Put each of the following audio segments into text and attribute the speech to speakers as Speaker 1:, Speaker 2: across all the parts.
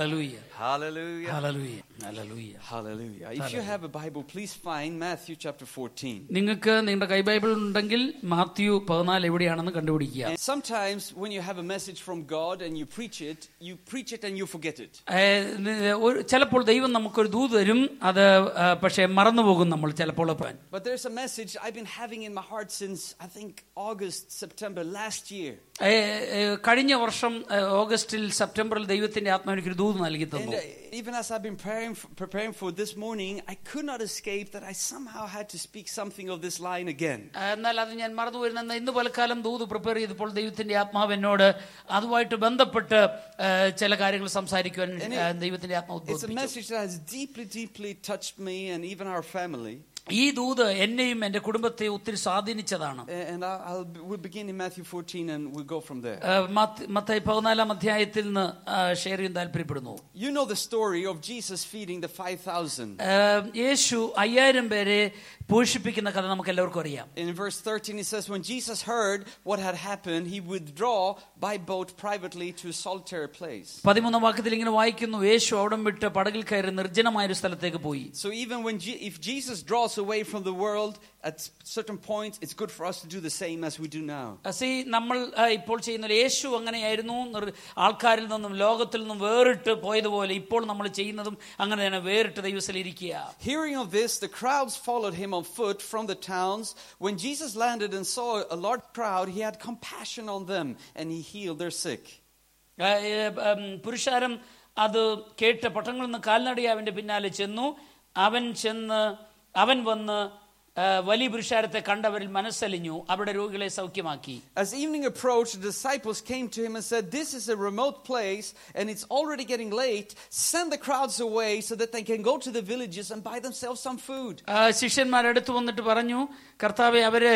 Speaker 1: Hallelujah.
Speaker 2: Hallelujah.
Speaker 1: Hallelujah. Hallelujah.
Speaker 2: Hallelujah. If you have a Bible, please find Matthew chapter 14.
Speaker 1: നിങ്ങൾക്ക് നിങ്ങളുടെ കൈ Bible ഉണ്ടെങ്കിൽ മാത്യു പതിനാല് എവിടെയാണെന്ന് കണ്ടുപിടിക്കുക
Speaker 2: And sometimes when you have a message from God and you preach it, you preach it and you forget it.
Speaker 1: ഏ, ന- ഒരു- ചിലപ്പോൾ ദൈവം നമുക്കൊരു ദൂത് തരും അത് ആ, പക്ഷേ മറന്നുപോകും നമ്മൾ ചിലപ്പോൾ പോകാൻ
Speaker 2: But there's a message I've been having in my heart since I think August, September last year.
Speaker 1: ഏ, ഏ, കഴിഞ്ഞ വർഷം ഏ, ഓഗസ്റ്റിൽ സെപ്റ്റംബറിൽ ദൈവത്തിന്റെ ആത്മാവ് എനിക്കൊരു ദൂത് നൽകി
Speaker 2: And
Speaker 1: തന്നു
Speaker 2: uh, even as I've been praying for, preparing for this morning, I could not escape that I somehow had to speak something of this line again.
Speaker 1: ആ, എന്നാൽ അത് ഞാൻ മറന്നു വരുന്ന ഇന്ന് പലക്കാലം ദൂത് പ്രിപ്പയർ ചെയ്തപ്പോൾ ദൈവത്തിന്റെ ആത്മാവ് എന്നോട് അതുമായിട്ട് ബന്ധപ്പെട്ട് ഏ, ചില കാര്യങ്ങൾ സംസാരിക്കുവാൻ ആ, ദൈവത്തിന്റെ ആത്മാവ്
Speaker 2: It's a
Speaker 1: ഉദ്ബോധിപ്പിച്ചു
Speaker 2: message that has deeply, deeply touched me and even our family.
Speaker 1: ഈ ദൂത് എന്നെയും എന്റെ കുടുംബത്തെ ഒത്തിരി സ്വാധീനിച്ചതാണ്
Speaker 2: A- And I- I'll, be- we'll begin in Matthew 14 and we'll go from there.
Speaker 1: ഏ, മത്ത് മത്തായി പതിനാലാം അധ്യായത്തിൽ നിന്ന് ആ, ഷെയർ ചെയ്യാൻ താല്പര്യപ്പെടുന്നു
Speaker 2: You know the story of Jesus feeding the 5,000.
Speaker 1: ഏഹ് യേശു അയ്യായിരം പേരെ പോഷിപ്പിക്കുന്ന കഥ നമുക്ക് എല്ലാവർക്കും അറിയാം
Speaker 2: In verse 13, it says, When Jesus heard what had happened, he withdrew by boat privately to a solitary place.
Speaker 1: പതിമൂന്നാം വാക്യത്തിൽ ഇങ്ങനെ വായിക്കുന്നു യേശു അവിടം വിട്ട് പടകിൽ കയറി നിർജ്ജനമായ ഒരു സ്ഥലത്തേക്ക് പോയി
Speaker 2: So even when Je- if Jesus draws away from the world at s- certain points, it's good for us to do the same as we do now.
Speaker 1: See നമ്മൾ ആ, ഇപ്പോൾ ചെയ്യുന്ന പോലെ യേശു അങ്ങനെയായിരുന്നു നിർ- ആൾക്കാരിൽ നിന്നും ലോകത്തിൽ നിന്നും വേറിട്ട് പോയതുപോലെ ഇപ്പോൾ നമ്മൾ ചെയ്യുന്നതും അങ്ങനെ തന്നെ വേറിട്ട് ദൈവത്തിലിരിക്കുക
Speaker 2: Hearing of this, the crowds followed him on foot from the towns. When Jesus landed and saw a large crowd, he had compassion on them and he healed their sick.
Speaker 1: ആ, ഏ, ഉം, പുരുഷാരം അത് കേട്ട് പട്ടണങ്ങളിൽ നിന്ന് കാൽനടയെ അവന്റെ പിന്നാലെ ചെന്നു അവൻ ചെന്ന് അവൻ വന്ന് ആ, വലിയ പുരുഷാരത്തെ കണ്ടവരിൽ മനസ്സലിഞ്ഞു അവിടെ രോഗികളെ സൗഖ്യമാക്കി
Speaker 2: As evening approached, the disciples came to him and said, This is a remote place and it's already getting late. Send the crowds away so that they can go to the villages and buy themselves some food.
Speaker 1: ആ, ശിഷ്യന്മാരടുത്ത് വന്നിട്ട് പറഞ്ഞു കർത്താവെ അവര്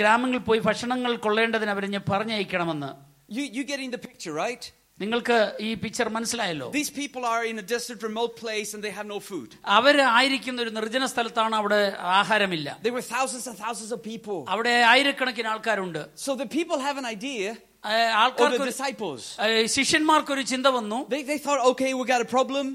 Speaker 1: ഗ്രാമങ്ങളിൽ പോയി ഭക്ഷണങ്ങൾ കൊള്ളേണ്ടതിന് അവരെ ഞാൻ പറഞ്ഞയക്കണമെന്ന്
Speaker 2: You, you getting the picture, right?
Speaker 1: നിങ്ങൾക്ക് ഈ പിക്ചർ മനസ്സിലായല്ലോ
Speaker 2: These people are in a desert, remote place and they have no food.
Speaker 1: അവര് ആയിരിക്കുന്ന ഒരു നിർജ്ജന സ്ഥലത്താണ് അവിടെ ആഹാരമില്ല
Speaker 2: There were thousands and thousands of people.
Speaker 1: അവിടെ ആയിരക്കണക്കിന് ആൾക്കാരുണ്ട്
Speaker 2: So the people have an idea,
Speaker 1: ആ,
Speaker 2: or the
Speaker 1: ആൾക്കാർക്ക് ഒരു-
Speaker 2: disciples.
Speaker 1: ആ, ശിഷ്യന്മാർക്കൊരു ചിന്ത വന്നു
Speaker 2: They, they thought, okay, we got a problem.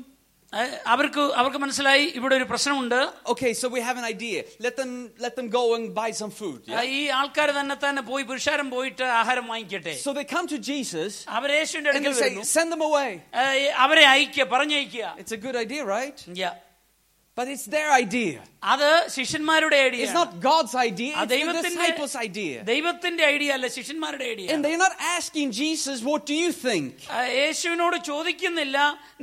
Speaker 1: ആ, അവർക്ക് അവർക്ക് മനസ്സിലായി ഇവിടെ ഒരു പ്രശ്നമുണ്ട്
Speaker 2: Okay, so we have an idea. Let them let them go and buy some food.
Speaker 1: ആ, ഈ ആൾക്കാർ തന്നെ തന്നെ പോയി പുരുഷാരം പോയിട്ട് ആഹാരം വാങ്ങിക്കട്ടെ
Speaker 2: So they come to Jesus
Speaker 1: അവർ യേശുവിന്റെ
Speaker 2: and they
Speaker 1: അടുക്കൽ
Speaker 2: say,
Speaker 1: വരുന്നു.
Speaker 2: send them away.
Speaker 1: ആ, ഈ അവരെ അയക്കുക പറഞ്ഞയക്കുക
Speaker 2: It's a good idea, right?
Speaker 1: Yeah.
Speaker 2: But it's their idea.
Speaker 1: അത് ശിഷ്യന്മാരുടെ
Speaker 2: It's
Speaker 1: idea
Speaker 2: not God's idea.
Speaker 1: Ah,
Speaker 2: It's the
Speaker 1: ദൈവത്തിന്റെ-
Speaker 2: disciples' idea.
Speaker 1: ദൈവത്തിന്റെ ഐഡിയ അല്ല ശിഷ്യന്മാരുടെ idea
Speaker 2: And they're not asking Jesus, what do you think?
Speaker 1: ആ, യേശുവിനോട് ചോദിക്കുന്നില്ല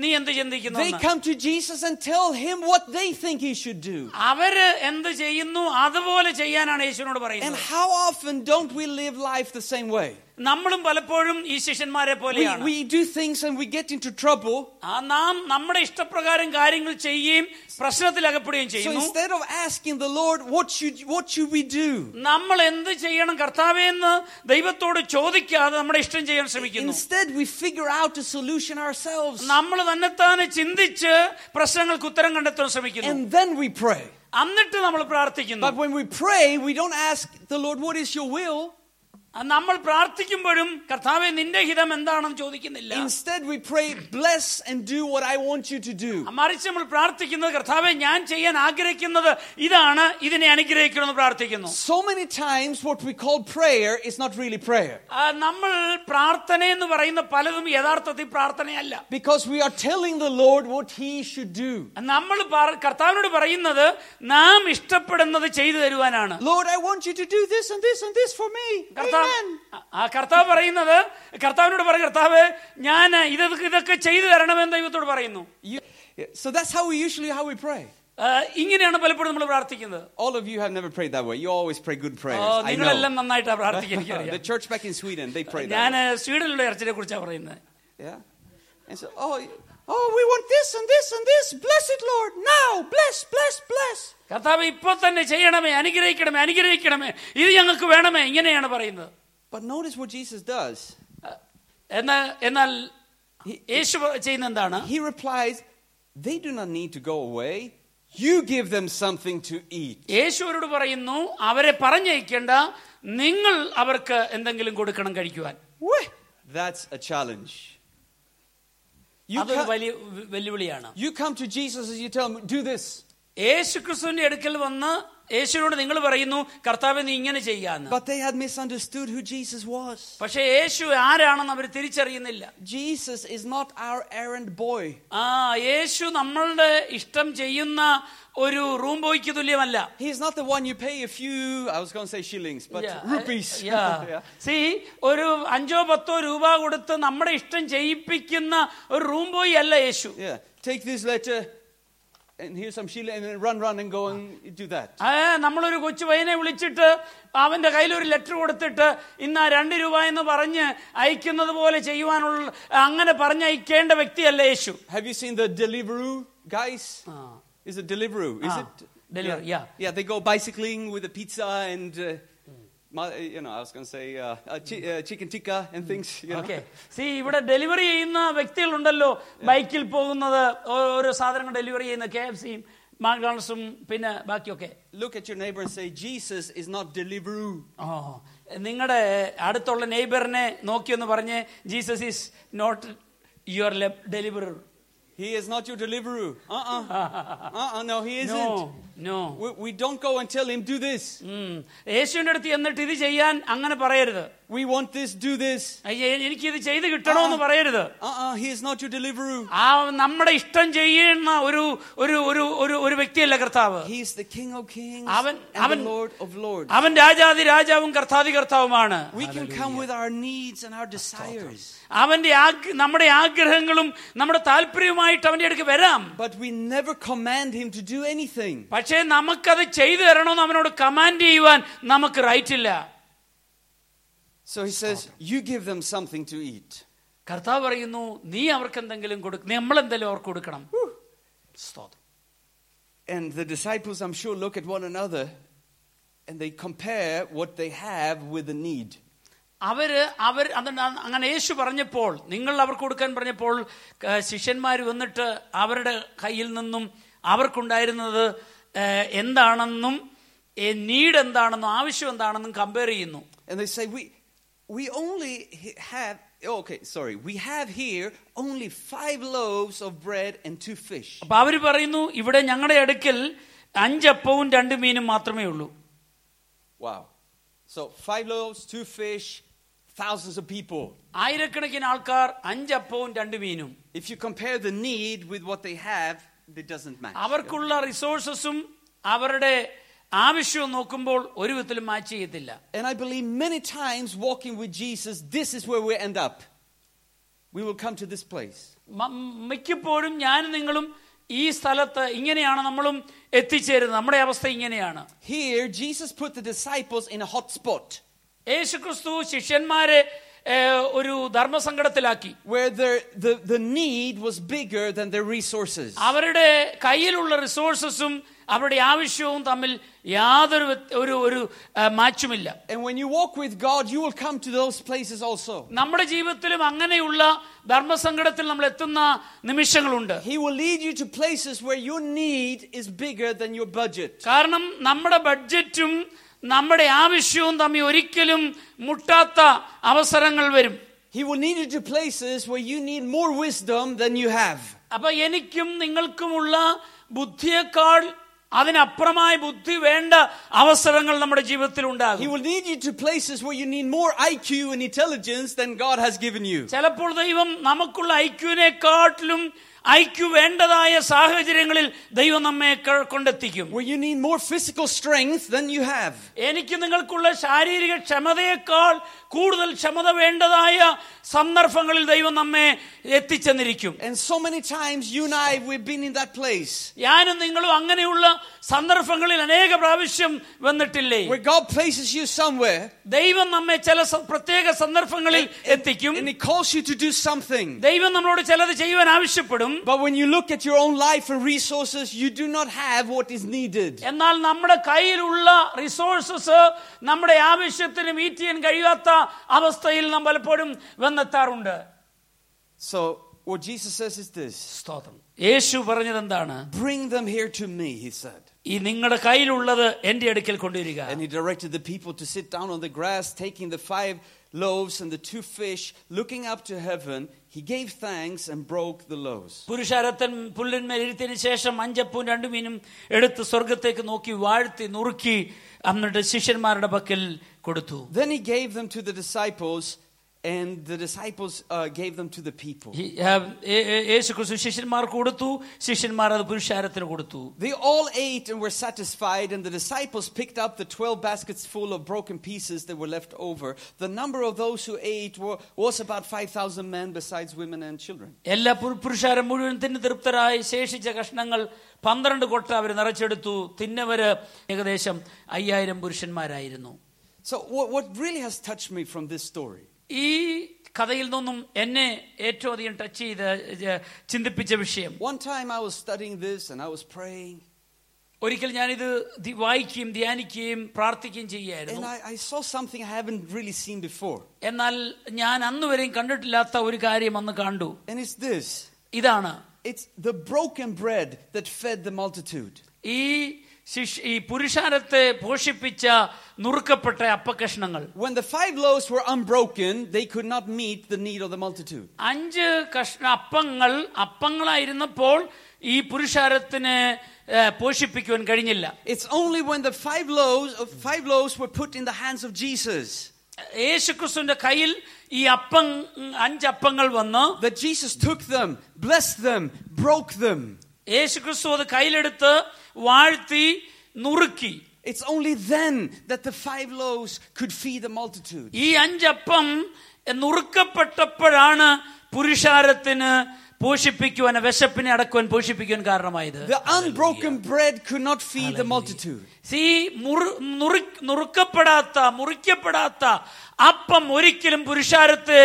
Speaker 1: നീ എന്ത് ചിന്തിക്കുന്നു
Speaker 2: They
Speaker 1: എന്ന്.
Speaker 2: come to Jesus and tell him what they think he should
Speaker 1: Ah,
Speaker 2: do.
Speaker 1: അവര് എന്ത് ചെയ്യുന്നു അതുപോലെ ചെയ്യാനാണ് യേശുവിനോട്
Speaker 2: And
Speaker 1: പറയുന്നത്
Speaker 2: how often don't we live life the same way?
Speaker 1: നമ്മളും പലപ്പോഴും ഈ ശിഷ്യന്മാരെ
Speaker 2: We,
Speaker 1: പോലെയാണ്
Speaker 2: we do things and we get into trouble.
Speaker 1: ആ, നാം നമ്മുടെ ഇഷ്ടപ്രകാരം കാര്യങ്ങൾ ചെയ്യുകയും പ്രശ്നത്തിൽ അകപ്പെടുകയും
Speaker 2: So
Speaker 1: ചെയ്യുന്നു
Speaker 2: instead of asking the Lord, what should, what should we do?
Speaker 1: നമ്മൾ എന്ത് ചെയ്യണം കർത്താവേ എന്ന് ദൈവത്തോട് ചോദിക്കാതെ നമ്മുടെ ഇഷ്ടം ചെയ്യാൻ ശ്രമിക്കുന്നു
Speaker 2: Instead, we figure out a solution ourselves
Speaker 1: നമ്മൾ തന്നെത്താനെ ചിന്തിച്ച് പ്രശ്നങ്ങൾക്ക് ഉത്തരം കണ്ടെത്താൻ ശ്രമിക്കുന്നു
Speaker 2: and then we pray.
Speaker 1: എന്നിട്ട് നമ്മൾ പ്രാർത്ഥിക്കുന്നു
Speaker 2: But when we pray, we don't ask the Lord, What is your will?
Speaker 1: ആ, നമ്മൾ പ്രാർത്ഥിക്കുമ്പോഴും കർത്താവെ നിന്റെ ഹിതം എന്താണെന്ന് ചോദിക്കുന്നില്ല
Speaker 2: Instead, we pray, Bless and do what I want you to do.
Speaker 1: മറിച്ച് നമ്മൾ പ്രാർത്ഥിക്കുന്നത് കർത്താവെ ഞാൻ ചെയ്യാൻ ആഗ്രഹിക്കുന്നത് ഇതാണ് ഇതിനെ അനുഗ്രഹിക്കണമെന്ന് പ്രാർത്ഥിക്കുന്നു
Speaker 2: So many times, what we call prayer is not really prayer
Speaker 1: ആ, നമ്മൾ പ്രാർത്ഥന എന്ന് പറയുന്ന പലതും യഥാർത്ഥത്തിൽ പ്രാർത്ഥനയല്ല
Speaker 2: because we are telling the Lord what He should do.
Speaker 1: നമ്മൾ പറ- കർത്താവിനോട് പറയുന്നത് നാം ഇഷ്ടപ്പെടുന്നത് ചെയ്തു തരുവാനാണ്
Speaker 2: Lord, I want you to do this and this and this for me.
Speaker 1: കർത്താവ്
Speaker 2: Amen.
Speaker 1: ആ കർത്താവ് പറയുന്നത് കർത്താവിനോട് പറയും കർത്താവ് ഞാൻ ഇത് ഇതൊക്കെ ചെയ്തു തരണമെന്ന് ദൈവത്തോട് പറയുന്നു
Speaker 2: You- Yeah, so that's how we usually how we pray.
Speaker 1: ആ, ഇങ്ങനെയാണ് പലപ്പോഴും നമ്മൾ പ്രാർത്ഥിക്കുന്നത്
Speaker 2: All of you have never prayed that way. You always pray good prayers.
Speaker 1: Oh,
Speaker 2: I know.
Speaker 1: നിങ്ങളെല്ലാം നന്നായിട്ടാണ് പ്രാർത്ഥിക്കുന്നത്
Speaker 2: the church back in Sweden, they pray that.
Speaker 1: ഞാൻ സ്വീഡനിലുള്ള ചർച്ചിനെ കുറിച്ചാണ് പറയുന്നത്
Speaker 2: Yeah. And so, oh, oh, we want this and this and this. Bless it, Lord, now. Bless, bless, bless.
Speaker 1: കർത്താവ് ഇപ്പൊ തന്നെ ചെയ്യണമേ അനുഗ്രഹിക്കണമേ അനുഗ്രഹിക്കണമേ ഇത് ഞങ്ങൾക്ക് വേണമേ ഇങ്ങനെയാണ് പറയുന്നത്
Speaker 2: But notice what Jesus does.
Speaker 1: എന്നാൽ എന്നാൽ യേശു ചെയ്യുന്ന എന്താണ്
Speaker 2: He replies, They do not need to go away. You give them something to eat.
Speaker 1: യേശു അവരോട് പറയുന്നു അവരെ പറഞ്ഞയക്കേണ്ട നിങ്ങൾ അവർക്ക് എന്തെങ്കിലും കൊടുക്കണം കഴിക്കുവാൻ
Speaker 2: Whey! That's a challenge. You
Speaker 1: അതൊരു
Speaker 2: can't-
Speaker 1: വലിയ വെ- വെല്ലുവിളിയാണ്
Speaker 2: You come to Jesus and you tell him, do this.
Speaker 1: യേശു ക്രിസ്തുവിന്റെ അടുക്കൽ വന്ന് യേശുവിനോട് നിങ്ങൾ പറയുന്നു കർത്താവെ നീ ഇങ്ങനെ ചെയ്യാന്ന്
Speaker 2: But they had misunderstood who Jesus was.
Speaker 1: പക്ഷെ യേശു ആരാണെന്ന് അവർ തിരിച്ചറിയുന്നില്ല
Speaker 2: Jesus is not our errand boy.
Speaker 1: ആ യേശു നമ്മളുടെ ഇഷ്ടം ചെയ്യുന്ന ഒരു റൂം ബോയ്ക്ക് തുല്യമല്ല
Speaker 2: He's not the one you pay a few, I was going to say shillings, but
Speaker 1: Yeah, I-
Speaker 2: rupees.
Speaker 1: yeah.
Speaker 2: Yeah.
Speaker 1: See, ഒരു അഞ്ചോ പത്തോ രൂപ കൊടുത്ത് നമ്മുടെ ഇഷ്ടം ചെയ്യിപ്പിക്കുന്ന ഒരു റൂം ബോയ് അല്ല യേശു
Speaker 2: Yeah. Take this letter, and here's some shilling, and then run, run, and go and do that.
Speaker 1: ആ, നമ്മളൊരു കൊച്ചു പയ്യനെ വിളിച്ചിട്ട് അവന്റെ കയ്യിൽ ഒരു ലെറ്റർ കൊടുത്തിട്ട് ഇന്ന് ആ രണ്ട് രൂപ എന്ന് പറഞ്ഞ് അയക്കുന്നത് പോലെ ചെയ്യുവാനുള്ള അങ്ങനെ പറഞ്ഞയക്കേണ്ട വ്യക്തിയല്ല യേശു
Speaker 2: Have you seen the Deliveroo guys?
Speaker 1: Ah.
Speaker 2: Is it Deliveroo? Is
Speaker 1: Ah,
Speaker 2: it?
Speaker 1: Deliveroo, yeah. Hmm.
Speaker 2: Yeah, they go bicycling with a pizza and. Uh, mu- you know, I was going to say uh, uh, chi- uh, chicken tikka
Speaker 1: Hmm.
Speaker 2: and things. You know?
Speaker 1: Okay see ഇവിടെ delivery ചെയ്യുന്ന വ്യക്തികളുണ്ടല്ലോ ബൈക്കിൽ പോകുന്നത് ഓ- ഓരോ സാധനങ്ങൾ delivery ചെയ്യുന്ന K F സിയും മാക്ഡോണൾസും പിന്നെ ബാക്കിയൊക്കെ
Speaker 2: Look at your neighbor and say, Jesus is not Deliveroo.
Speaker 1: ഓ നിങ്ങളുടെ അടുത്തുള്ള നെയ്ബറിനെ നോക്കിയൊന്ന് പറഞ്ഞ് Jesus is not your delivery
Speaker 2: He is not your Deliveroo. Uh uh-uh. uh. no, he
Speaker 1: no
Speaker 2: isn't.
Speaker 1: No
Speaker 2: We, we don't go and tell him, do this.
Speaker 1: യേശുവിന്റെ അടുത്ത് എന്നിട്ട് ഇത് ചെയ്യാൻ അങ്ങനെ പറയരുത്
Speaker 2: We want this, do this.
Speaker 1: അയ്യേ, എനിക്കിത് ചെയ്ത് കിട്ടണമെന്ന് പറയരുത്
Speaker 2: Uh uh he is not your Deliveroo.
Speaker 1: ആ നമ്മുടെ ഇഷ്ടം ചെയ്യുന്ന ഒരു ഒരു ഒരു ഒരു ഒരു വ്യക്തിയല്ല കർത്താവ്
Speaker 2: He is the King of Kings
Speaker 1: Avon-
Speaker 2: and
Speaker 1: Avon-
Speaker 2: the Lord of Lords.
Speaker 1: അവൻ രാജാതി രാജാവും കർത്താതി കർത്താവുമാണ്
Speaker 2: We can come with our needs and our desires,
Speaker 1: അവന്റെ ആഗ്ര- നമ്മുടെ ആഗ്രഹങ്ങളും നമ്മുടെ താല്പര്യവുമായിട്ട് അവന്റെ അടുക്ക് വരാം
Speaker 2: but we never command him to do anything.
Speaker 1: പക്ഷേ നമുക്കത് ചെയ്തു തരണമെന്ന് അവനോട് കമാൻഡ് ചെയ്യുവാൻ നമുക്ക് റൈറ്റ് ഇല്ല
Speaker 2: So he says, You give them something to eat.
Speaker 1: കർത്താവ് പറയുന്നു നീ അവർക്ക് എന്തെങ്കിലും കൊടുക്കും നമ്മൾ എന്തെങ്കിലും അവർക്ക് കൊടുക്കണം സ്തോത്രം.
Speaker 2: And the disciples, I'm sure, look at one another and they compare what they have with the need.
Speaker 1: അവര് അവർ അതുകൊണ്ട് അ- അങ്ങനെ യേശു പറഞ്ഞപ്പോൾ നിങ്ങൾ അവർക്ക് കൊടുക്കാൻ പറഞ്ഞപ്പോൾ ശിഷ്യന്മാർ വന്നിട്ട് അവരുടെ കയ്യിൽ നിന്നും അവർക്കുണ്ടായിരുന്നത് ഏ, എന്താണെന്നും നീഡ് എന്താണെന്നും ആവശ്യം എന്താണെന്നും കമ്പയർ ചെയ്യുന്നു
Speaker 2: And they say, We, we only h- have, oh, okay, sorry, we have here only five loaves of bread and two fish.
Speaker 1: അപ്പൊ അവര് പറയുന്നു ഇവിടെ ഞങ്ങളുടെ അടുക്കൽ അഞ്ചപ്പവും രണ്ട് മീനും മാത്രമേ ഉള്ളൂ
Speaker 2: Wow. So five loaves, two fish, thousands of people.
Speaker 1: ആയിരക്കണക്കിന് ആൾക്കാർ അഞ്ചപ്പവും രണ്ട് മീനും
Speaker 2: If you compare the need with what they have, it doesn't match.
Speaker 1: അവർക്കുള്ള റിസോഴ്സസും അവരുടെ ആവശ്യവും നോക്കുമ്പോൾ ഒരു വിധത്തിലും മാച്ച് ചെയ്യത്തില്ല
Speaker 2: And I believe many times walking with Jesus, this is where we end up. We will come to this place.
Speaker 1: മ- മിക്കപ്പോഴും ഞാനും നിങ്ങളും ഈ സ്ഥലത്ത് ഇങ്ങനെയാണ് നമ്മളും എത്തിച്ചേരുന്നത് നമ്മുടെ അവസ്ഥ ഇങ്ങനെയാണ്
Speaker 2: Here, Jesus put the disciples in a hot spot
Speaker 1: യേശുക്രിസ്തു ശിഷ്യന്മാരെ ഏഹ്, ഒരു ധർമ്മസങ്കടത്തിലാക്കി
Speaker 2: where their, the, the need was bigger than their resources.
Speaker 1: അവരുടെ കയ്യിലുള്ള റിസോഴ്സസും അവരുടെ ആവശ്യവും തമ്മിൽ യാതൊരു വ്യത്യ- ഒരു ഒരു ആ, മാച്ചുമില്ല
Speaker 2: And when you walk with God, you will come to those places also.
Speaker 1: നമ്മുടെ ജീവിതത്തിലും അങ്ങനെയുള്ള ധർമ്മസങ്കടത്തിൽ നമ്മൾ എത്തുന്ന നിമിഷങ്ങളുണ്ട്
Speaker 2: He will lead you to places where your need is bigger than your budget.
Speaker 1: കാരണം നമ്മുടെ ബഡ്ജറ്റും നമ്മുടെ ആവശ്യവും തമ്മിൽ ഒരിക്കലും മുട്ടാത്ത അവസരങ്ങൾ വരും
Speaker 2: He will lead you to places where you need more wisdom than you have.
Speaker 1: അപ്പൊ എനിക്കും നിങ്ങൾക്കുമുള്ള ബുദ്ധിയേക്കാൾ അതിനപ്പുറമായ ബുദ്ധി വേണ്ട അവസരങ്ങൾ നമ്മുടെ ജീവിതത്തിൽ ഉണ്ടാകും
Speaker 2: He will lead you to places where you need more IQ and intelligence than God has given you.
Speaker 1: ചിലപ്പോൾ ദൈവം നമുക്കുള്ള ഐക്യുവിനെക്കാട്ടിലും ഐക്യു വേണ്ടതായ സാഹചര്യങ്ങളിൽ ദൈവം നമ്മെ ക- കൊണ്ടെത്തിക്കും
Speaker 2: Where you need more physical strength than you have.
Speaker 1: എനിക്ക് നിങ്ങൾക്കുള്ള ശാരീരിക ക്ഷമതയേക്കാൾ കൂടുതൽ ക്ഷമത വേണ്ടതായ സന്ദർഭങ്ങളിൽ ദൈവം നമ്മെ എത്തിച്ചെന്നിരിക്കും
Speaker 2: And so many times you and I, we've been in that place
Speaker 1: ഞാനും നിങ്ങളും അങ്ങനെയുള്ള സന്ദർഭങ്ങളിൽ അനേക പ്രാവശ്യം വന്നിട്ടില്ലേ
Speaker 2: where God places you somewhere
Speaker 1: ദൈവം നമ്മെ ചില സ- പ്രത്യേക സന്ദർഭങ്ങളിൽ എത്തിക്കും
Speaker 2: and He calls you to do something.
Speaker 1: ദൈവം നമ്മളോട് ചിലത് ചെയ്യുവാൻ ആവശ്യപ്പെടും
Speaker 2: But when you look at your own life and resources, you do not have what is needed.
Speaker 1: എന്നാൽ നമ്മുടെ കയ്യിലുള്ള റിസോഴ്സസ് നമ്മുടെ ആവശ്യത്തിന് മീറ്റ് ചെയ്യാൻ കഴിയാത്ത അവസ്ഥയിൽ നാം പലപ്പോഴും വന്നെത്താറുണ്ട്
Speaker 2: So, what Jesus says is this
Speaker 1: സ്തോത്രം യേശു പറഞ്ഞത് എന്താണ്
Speaker 2: Bring them here to me, He said.
Speaker 1: ഈ നിങ്ങളുടെ കയ്യിലുള്ളത് എന്റെ അടുക്കൽ കൊണ്ടുവരിക
Speaker 2: And He directed the people to sit down on the grass, taking the five loaves and the two fish, looking up to heaven, he gave thanks and broke the loaves.
Speaker 1: പുരുഷാരത്തൻ പുല്ലിന്മേൽ ഇരുത്തിയതിനു ശേഷം അഞ്ചപ്പവും രണ്ടു മീനും എടുത്ത് സ്വർഗത്തേക്ക് നോക്കി വാഴ്ത്തി നുറുക്കി അന്നിട്ട് ശിഷ്യന്മാരുടെ പക്കൽ കൊടുത്തു
Speaker 2: Then he gave them to the disciples, and the disciples uh, gave them to the people.
Speaker 1: ഈ, ആ, ഏ- ഏ- യേശു ക്രിസ്തു ശിഷ്യന്മാർക്ക് കൊടുത്തു ശിഷ്യന്മാർ അത് പുരുഷാരത്തിന് കൊടുത്തു
Speaker 2: They all ate and were satisfied, and the disciples picked up the twelve baskets full of broken pieces that were left over. The number of those who ate wa- was about 5,000 men, besides women and children.
Speaker 1: എല്ലാ പുരു- പുരുഷാരം മുഴുവൻ തിന്ന് തൃപ്തരായി ശേഷിച്ച കഷ്ണങ്ങൾ പന്ത്രണ്ട് കൊട്ട അവർ നിറച്ചെടുത്തു തിന്നവര് ഏകദേശം അയ്യായിരം പുരുഷന്മാരായിരുന്നു
Speaker 2: So, what, what really has touched me from this story
Speaker 1: ഈ കഥയിൽ നിന്നും എന്നെ ഏറ്റവും അധികം ടച്ച് ചെയ്ത ഏ, ചിന്തിപ്പിച്ച വിഷയം
Speaker 2: one time I was studying this and I was praying,
Speaker 1: ഒരിക്കൽ ഞാനിത് ധി- വായിക്കുകയും ധ്യാനിക്കുകയും പ്രാർത്ഥിക്കുകയും ചെയ്യായിരുന്നു
Speaker 2: and I, I saw something I haven't really seen before.
Speaker 1: എന്നാൽ ഞാൻ അന്ന് വരെയും കണ്ടിട്ടില്ലാത്ത ഒരു കാര്യം അന്ന് കണ്ടു
Speaker 2: And it's this
Speaker 1: ഇതാണ്
Speaker 2: it's the broken bread that fed the multitude.
Speaker 1: ഈ ശിഷ് ഈ പുരുഷാരത്തെ പോഷിപ്പിച്ച നുറുക്കപ്പെട്ട അപ്പക്കഷ്ണങ്ങൾ
Speaker 2: When the five loaves were unbroken, they could not meet the need of the multitude.
Speaker 1: അഞ്ച് കഷ്ണ അപ്പങ്ങൾ അപ്പങ്ങളായിരുന്നപ്പോൾ ഈ പുരുഷാരത്തിന് ഏ, പോഷിപ്പിക്കുവാൻ കഴിഞ്ഞില്ല
Speaker 2: It's only when the five loaves, uh, five loaves were put in the hands of Jesus
Speaker 1: യേശുക്രിസ്തുവിന്റെ കയ്യിൽ ഈ അപ്പം അഞ്ചപ്പങ്ങൾ വന്ന്
Speaker 2: that Jesus took them, blessed them, broke them.
Speaker 1: യേശുക്രിസ്തു അത് കയ്യിലെടുത്ത് വാഴ്ത്തി നുറുക്കി
Speaker 2: It's only then that the five loaves could feed the multitude.
Speaker 1: ഈ അഞ്ചപ്പം നുറുക്കപ്പെട്ടപ്പോഴാണ് പുരുഷാരത്തിന് പോഷിപ്പിക്കുവാൻ വിശപ്പിനെ അടക്കുവാൻ പോഷിപ്പിക്കുവാൻ കാരണമായത്
Speaker 2: The unbroken bread could not feed the multitude.
Speaker 1: ഈ മുറു- നുറു- നുറുക്കപ്പെടാത്ത മുറിക്കപ്പെടാത്ത അപ്പം ഒരിക്കലും പുരുഷാരത്തെ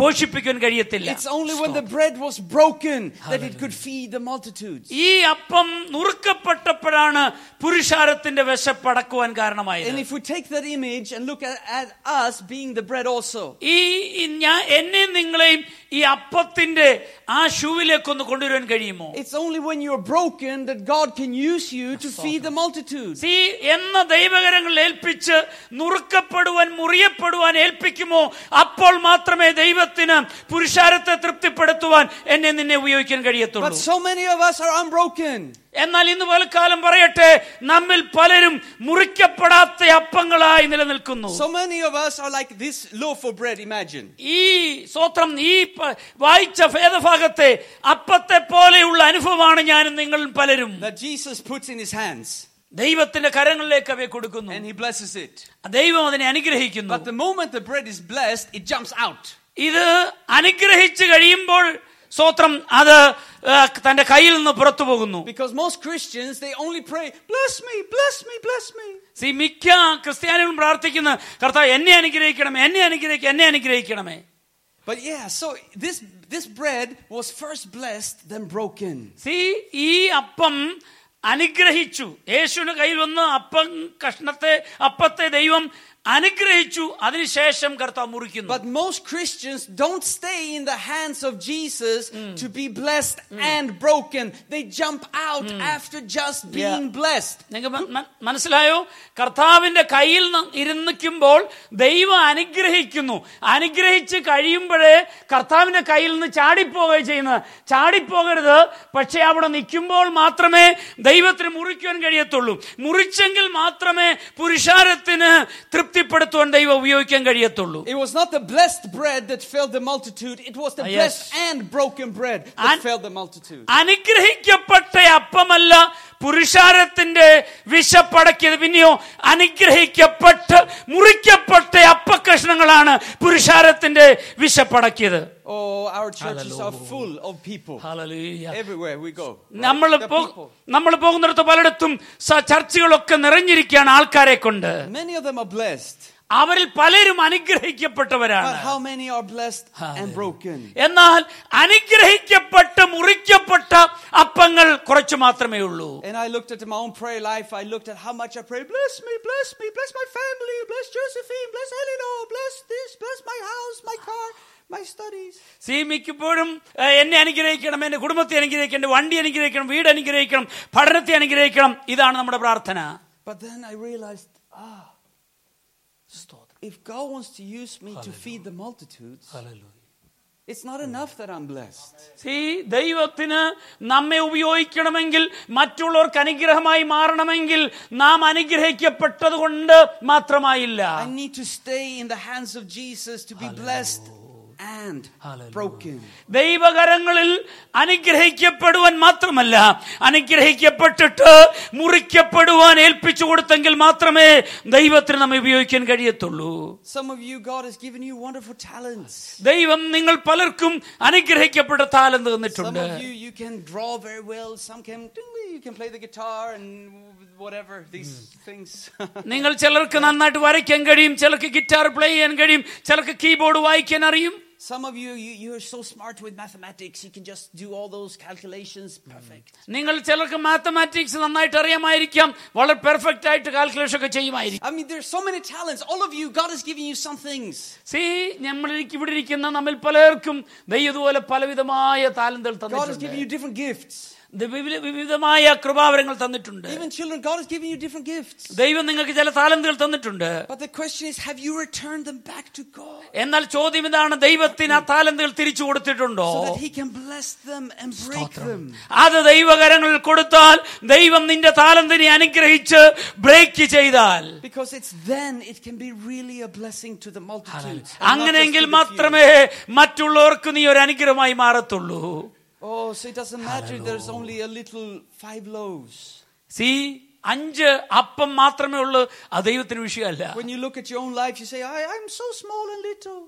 Speaker 1: പോഷിപ്പിക്കുവാൻ കഴിയത്തില്ല
Speaker 2: It's only when the bread was broken that it could feed the multitudes.
Speaker 1: ഈ അപ്പം നുറുക്കപ്പെട്ടപ്പോഴാണ് പുരുഷാരത്തിന്റെ വിശപ്പടക്കുവാൻ
Speaker 2: And
Speaker 1: കാരണമായത്
Speaker 2: if we take that image and look at, at us being the bread also,
Speaker 1: ഈ ഈ ഞാൻ എന്നെ നിങ്ങളെയും ഈ അപ്പത്തിന്റെ ആ ഷൂവിലേക്കൊന്ന് കൊണ്ടുവരാൻ കഴിയുമോ
Speaker 2: it's only when you're broken that God can use you to feed the multitude.
Speaker 1: See എന്ന ദൈവകരങ്ങൾ ഏൽപ്പിച്ച് നുറുക്കപ്പെടുവാൻ മുറിയപ്പെടുവാൻ ഏൽപ്പിക്കുമോ അപ്പോൾ മാത്രമേ ദൈവത്തിന് പുരുഷാരത്തെ തൃപ്തിപ്പെടുത്തുവാൻ എന്നെ നിന്നെ ഉപയോഗിക്കാൻ
Speaker 2: But
Speaker 1: കഴിയത്തുള്ളൂ
Speaker 2: so many of us are unbroken.
Speaker 1: എന്നാൽ ഇന്ന് പലക്കാലം പറയട്ടെ നമ്മിൽ പലരും മുറിക്കപ്പെടാത്ത അപ്പങ്ങളായി നിലനിൽക്കുന്നു
Speaker 2: So many of us are like this loaf of bread, imagine.
Speaker 1: ഈ സ്വത്രം ഈ പ- വായിച്ച ഭേദഭാഗത്തെ അപ്പത്തെ പോലെയുള്ള അനുഭവമാണ് ഞാനും നിങ്ങളിൽ പലരും
Speaker 2: That Jesus puts in his hands
Speaker 1: ദൈവത്തിന്റെ കരങ്ങളിലേക്ക് അവയെ കൊടുക്കുന്നു
Speaker 2: and he blesses it.
Speaker 1: ദൈവം അതിനെ അനുഗ്രഹിക്കുന്നു
Speaker 2: But the moment the bread is blessed, it jumps out.
Speaker 1: ഇത് അനുഗ്രഹിച്ചു കഴിയുമ്പോൾ സ്വത്രം അത് ആ, തന്റെ കയ്യിൽ നിന്ന് പുറത്തു പോകുന്നു
Speaker 2: Because most Christians, they only pray, bless me, bless me, bless me.
Speaker 1: See മിക്ക ക്രിസ്ത്യാനികളും പ്രാർത്ഥിക്കുന്ന കർത്താവ് എന്നെ അനുഗ്രഹിക്കണമേ എന്നെ അനുഗ്രഹിക്കുക എന്നെ അനുഗ്രഹിക്കണമേ
Speaker 2: But yeah, so this, this bread was first blessed, then broken.
Speaker 1: See ഈ അപ്പം അനുഗ്രഹിച്ചു യേശുവിന് കയ്യിൽ വന്ന് അപ്പം കഷ്ണത്തെ അപ്പത്തെ ദൈവം അനുഗ്രഹിച്ചു അതിനുശേഷം കർത്താവ് മുറിക്കുന്നു
Speaker 2: But most Christians don't stay in the hands of Jesus
Speaker 1: Mm.
Speaker 2: to be blessed and broken. They jump out after just
Speaker 1: Mm. Yeah.
Speaker 2: being blessed.
Speaker 1: നിങ്ങൾക്ക് മ- മ- മനസ്സിലായോ കർത്താവിന്റെ കയ്യിൽ ന- ഇരുന്നിക്കുമ്പോൾ ദൈവം അനുഗ്രഹിക്കുന്നു അനുഗ്രഹിച്ച് കഴിയുമ്പോഴേ കർത്താവിന്റെ കയ്യിൽ നിന്ന് ചാടിപ്പോവുകയും ചെയ്യുന്നത് ചാടിപ്പോകരുത് പക്ഷേ അവിടെ നിൽക്കുമ്പോൾ മാത്രമേ ദൈവത്തിന് മുറിക്കുവാൻ കഴിയത്തുള്ളൂ മുറിച്ചെങ്കിൽ മാത്രമേ പുരുഷാരത്തിന് തൃപ്തിപ്പെടുത്തുവാൻ ദൈവം ഉപയോഗിക്കാൻ കഴിയത്തുള്ളൂ
Speaker 2: It was not the blessed bread that filled the multitude, it was the
Speaker 1: Ah, yes.
Speaker 2: blessed and broken bread that
Speaker 1: And-
Speaker 2: filled the multitude.
Speaker 1: അനുഗ്രഹിക്കപ്പെട്ട അപ്പമല്ല പുരുഷാരത്തിന്റെ വിശപ്പടക്കിയത് പിന്നെയോ അനുഗ്രഹിക്കപ്പെട്ട് മുറിക്കപ്പെട്ട അപ്പക്കഷ്ണങ്ങളാണ് പുരുഷാരത്തിന്റെ വിശപ്പടക്കിയത്
Speaker 2: Oh, our churches are full of people. Everywhere we go. right?
Speaker 1: നമ്മൾ
Speaker 2: The
Speaker 1: പോ-
Speaker 2: people.
Speaker 1: നമ്മൾ പോകുന്നിടത്ത് പലയിടത്തും സ- ചർച്ചകളൊക്കെ നിറഞ്ഞിരിക്കുകയാണ് ആൾക്കാരെ കൊണ്ട്
Speaker 2: Many of them are blessed,
Speaker 1: അവരിൽ പലരും
Speaker 2: but
Speaker 1: അനുഗ്രഹിക്കപ്പെട്ടവരാണ്
Speaker 2: how many are blessed and broken?
Speaker 1: എന്നാൽ അനുഗ്രഹിക്കപ്പെട്ട് മുറിക്കപ്പെട്ട അപ്പങ്ങൾ കുറച്ചു മാത്രമേ ഉള്ളൂ
Speaker 2: And I looked at my own prayer life. I looked at how much I pray. Bless me, bless me, bless my family, bless Josephine, bless Eleanor, bless this, bless my house, my car, my studies.
Speaker 1: See മിക്കപ്പോഴും ഏ, എന്നെ അനുഗ്രഹിക്കണം എന്റെ കുടുംബത്തെ അനുഗ്രഹിക്കണം എന്റെ വണ്ടി അനുഗ്രഹിക്കണം വീട് അനുഗ്രഹിക്കണം പഠനത്തെ അനുഗ്രഹിക്കണം ഇതാണ് നമ്മുടെ പ്രാർത്ഥന
Speaker 2: But then I realized, ah,
Speaker 1: സ്തോത്രം
Speaker 2: If God wants to use me to feed the multitudes, it's not enough that I'm blessed.
Speaker 1: See, ദൈവത്തിന് നമ്മെ ഉപയോഗിക്കണമെങ്കിൽ മറ്റുള്ളവർക്ക് അനുഗ്രഹമായി മാറണമെങ്കിൽ നാം അനുഗ്രഹിക്കപ്പെട്ടത് കൊണ്ട് മാത്രമായില്ല
Speaker 2: I need to stay in the hands of Jesus to be blessed and
Speaker 1: Hallelujah.
Speaker 2: broken.
Speaker 1: ദൈവകരങ്ങളിൽ അനുഗ്രഹിക്കപ്പെടുവാൻ മാത്രമല്ല അനുഗ്രഹിക്കപ്പെട്ടിട്ട് മുറിക്കപ്പെടുവാൻ ഏൽപ്പിച്ചു കൊടുത്തെങ്കിൽ മാത്രമേ ദൈവത്തിന് നമ്മെ ഉപയോഗിക്കാൻ കഴിയത്തുള്ളൂ
Speaker 2: Some of you, God has given you wonderful talents.
Speaker 1: ദൈവം നിങ്ങൾ പലർക്കും അനുഗ്രഹിക്കപ്പെട്ട താലം
Speaker 2: Some
Speaker 1: തന്നിട്ടുണ്ട്
Speaker 2: of you, you can draw very well. Some can, you can play the guitar and whatever, these things.
Speaker 1: നിങ്ങൾ ചിലർക്ക് നന്നായിട്ട് വരയ്ക്കാൻ കഴിയും ചിലർക്ക് ഗിറ്റാർ പ്ലേ ചെയ്യാൻ കഴിയും ചിലർക്ക് കീബോർഡ് വായിക്കാൻ അറിയും
Speaker 2: Some of you, you, you're so smart with mathematics, you can just do all those calculations perfect.
Speaker 1: നിങ്ങൾ ചിലർക്ക് മാത്തമാറ്റിക്സ് നന്നായിട്ട് അറിയാമായിരിക്കാം വളരെ പെർഫെക്റ്റ് ആയിട്ട് കാൽക്കുലേഷൻ ഒക്കെ ചെയ്യുമായിരിക്കും
Speaker 2: I mean, there's so many talents. All of you, God has given you some things.
Speaker 1: See നമ്മൾ ഇവിടെ ഇരിക്കുന്ന നമ്മിൽ പലർക്കും ദൈവം ഇതുപോലെ പലവിധമായ താലന്തകൾ
Speaker 2: God has given
Speaker 1: തന്നിട്ടുണ്ട്
Speaker 2: you different gifts.
Speaker 1: ദൈവം വിവിധ- വിവിധമായ കൃപാവരങ്ങൾ തന്നിട്ടുണ്ട്
Speaker 2: Even children, God has given you different gifts.
Speaker 1: ദൈവം നിങ്ങൾക്ക് ചില താലന്തകൾ തന്നിട്ടുണ്ട്
Speaker 2: But the question is, have you returned them back to God
Speaker 1: എന്നാൽ ചോദ്യം ഇതാണ് ദൈവത്തിന് ആ താലന്തകൾ തിരിച്ചു കൊടുത്തിട്ടുണ്ടോ
Speaker 2: so that He can bless them and break them?
Speaker 1: അത് ദൈവകരങ്ങളിൽ കൊടുത്താൽ ദൈവം നിന്റെ താലന്തിനെ അനുഗ്രഹിച്ച് ബ്രേക്ക് ചെയ്താൽ
Speaker 2: Because it's then it can be really a blessing to the multitude.
Speaker 1: അങ്ങനെയെങ്കിൽ മാത്രമേ മറ്റുള്ളവർക്ക് നീ ഒരു അനുഗ്രഹമായി മാറത്തുള്ളൂ
Speaker 2: Oh, so it doesn't matter if there's only a little five loaves.
Speaker 1: See അഞ്ച് അപ്പം മാത്രമേ ഉള്ളൂ അത് ദൈവത്തിന് വിഷയമല്ല
Speaker 2: When you look at your own life, you say, I, I'm so small and little.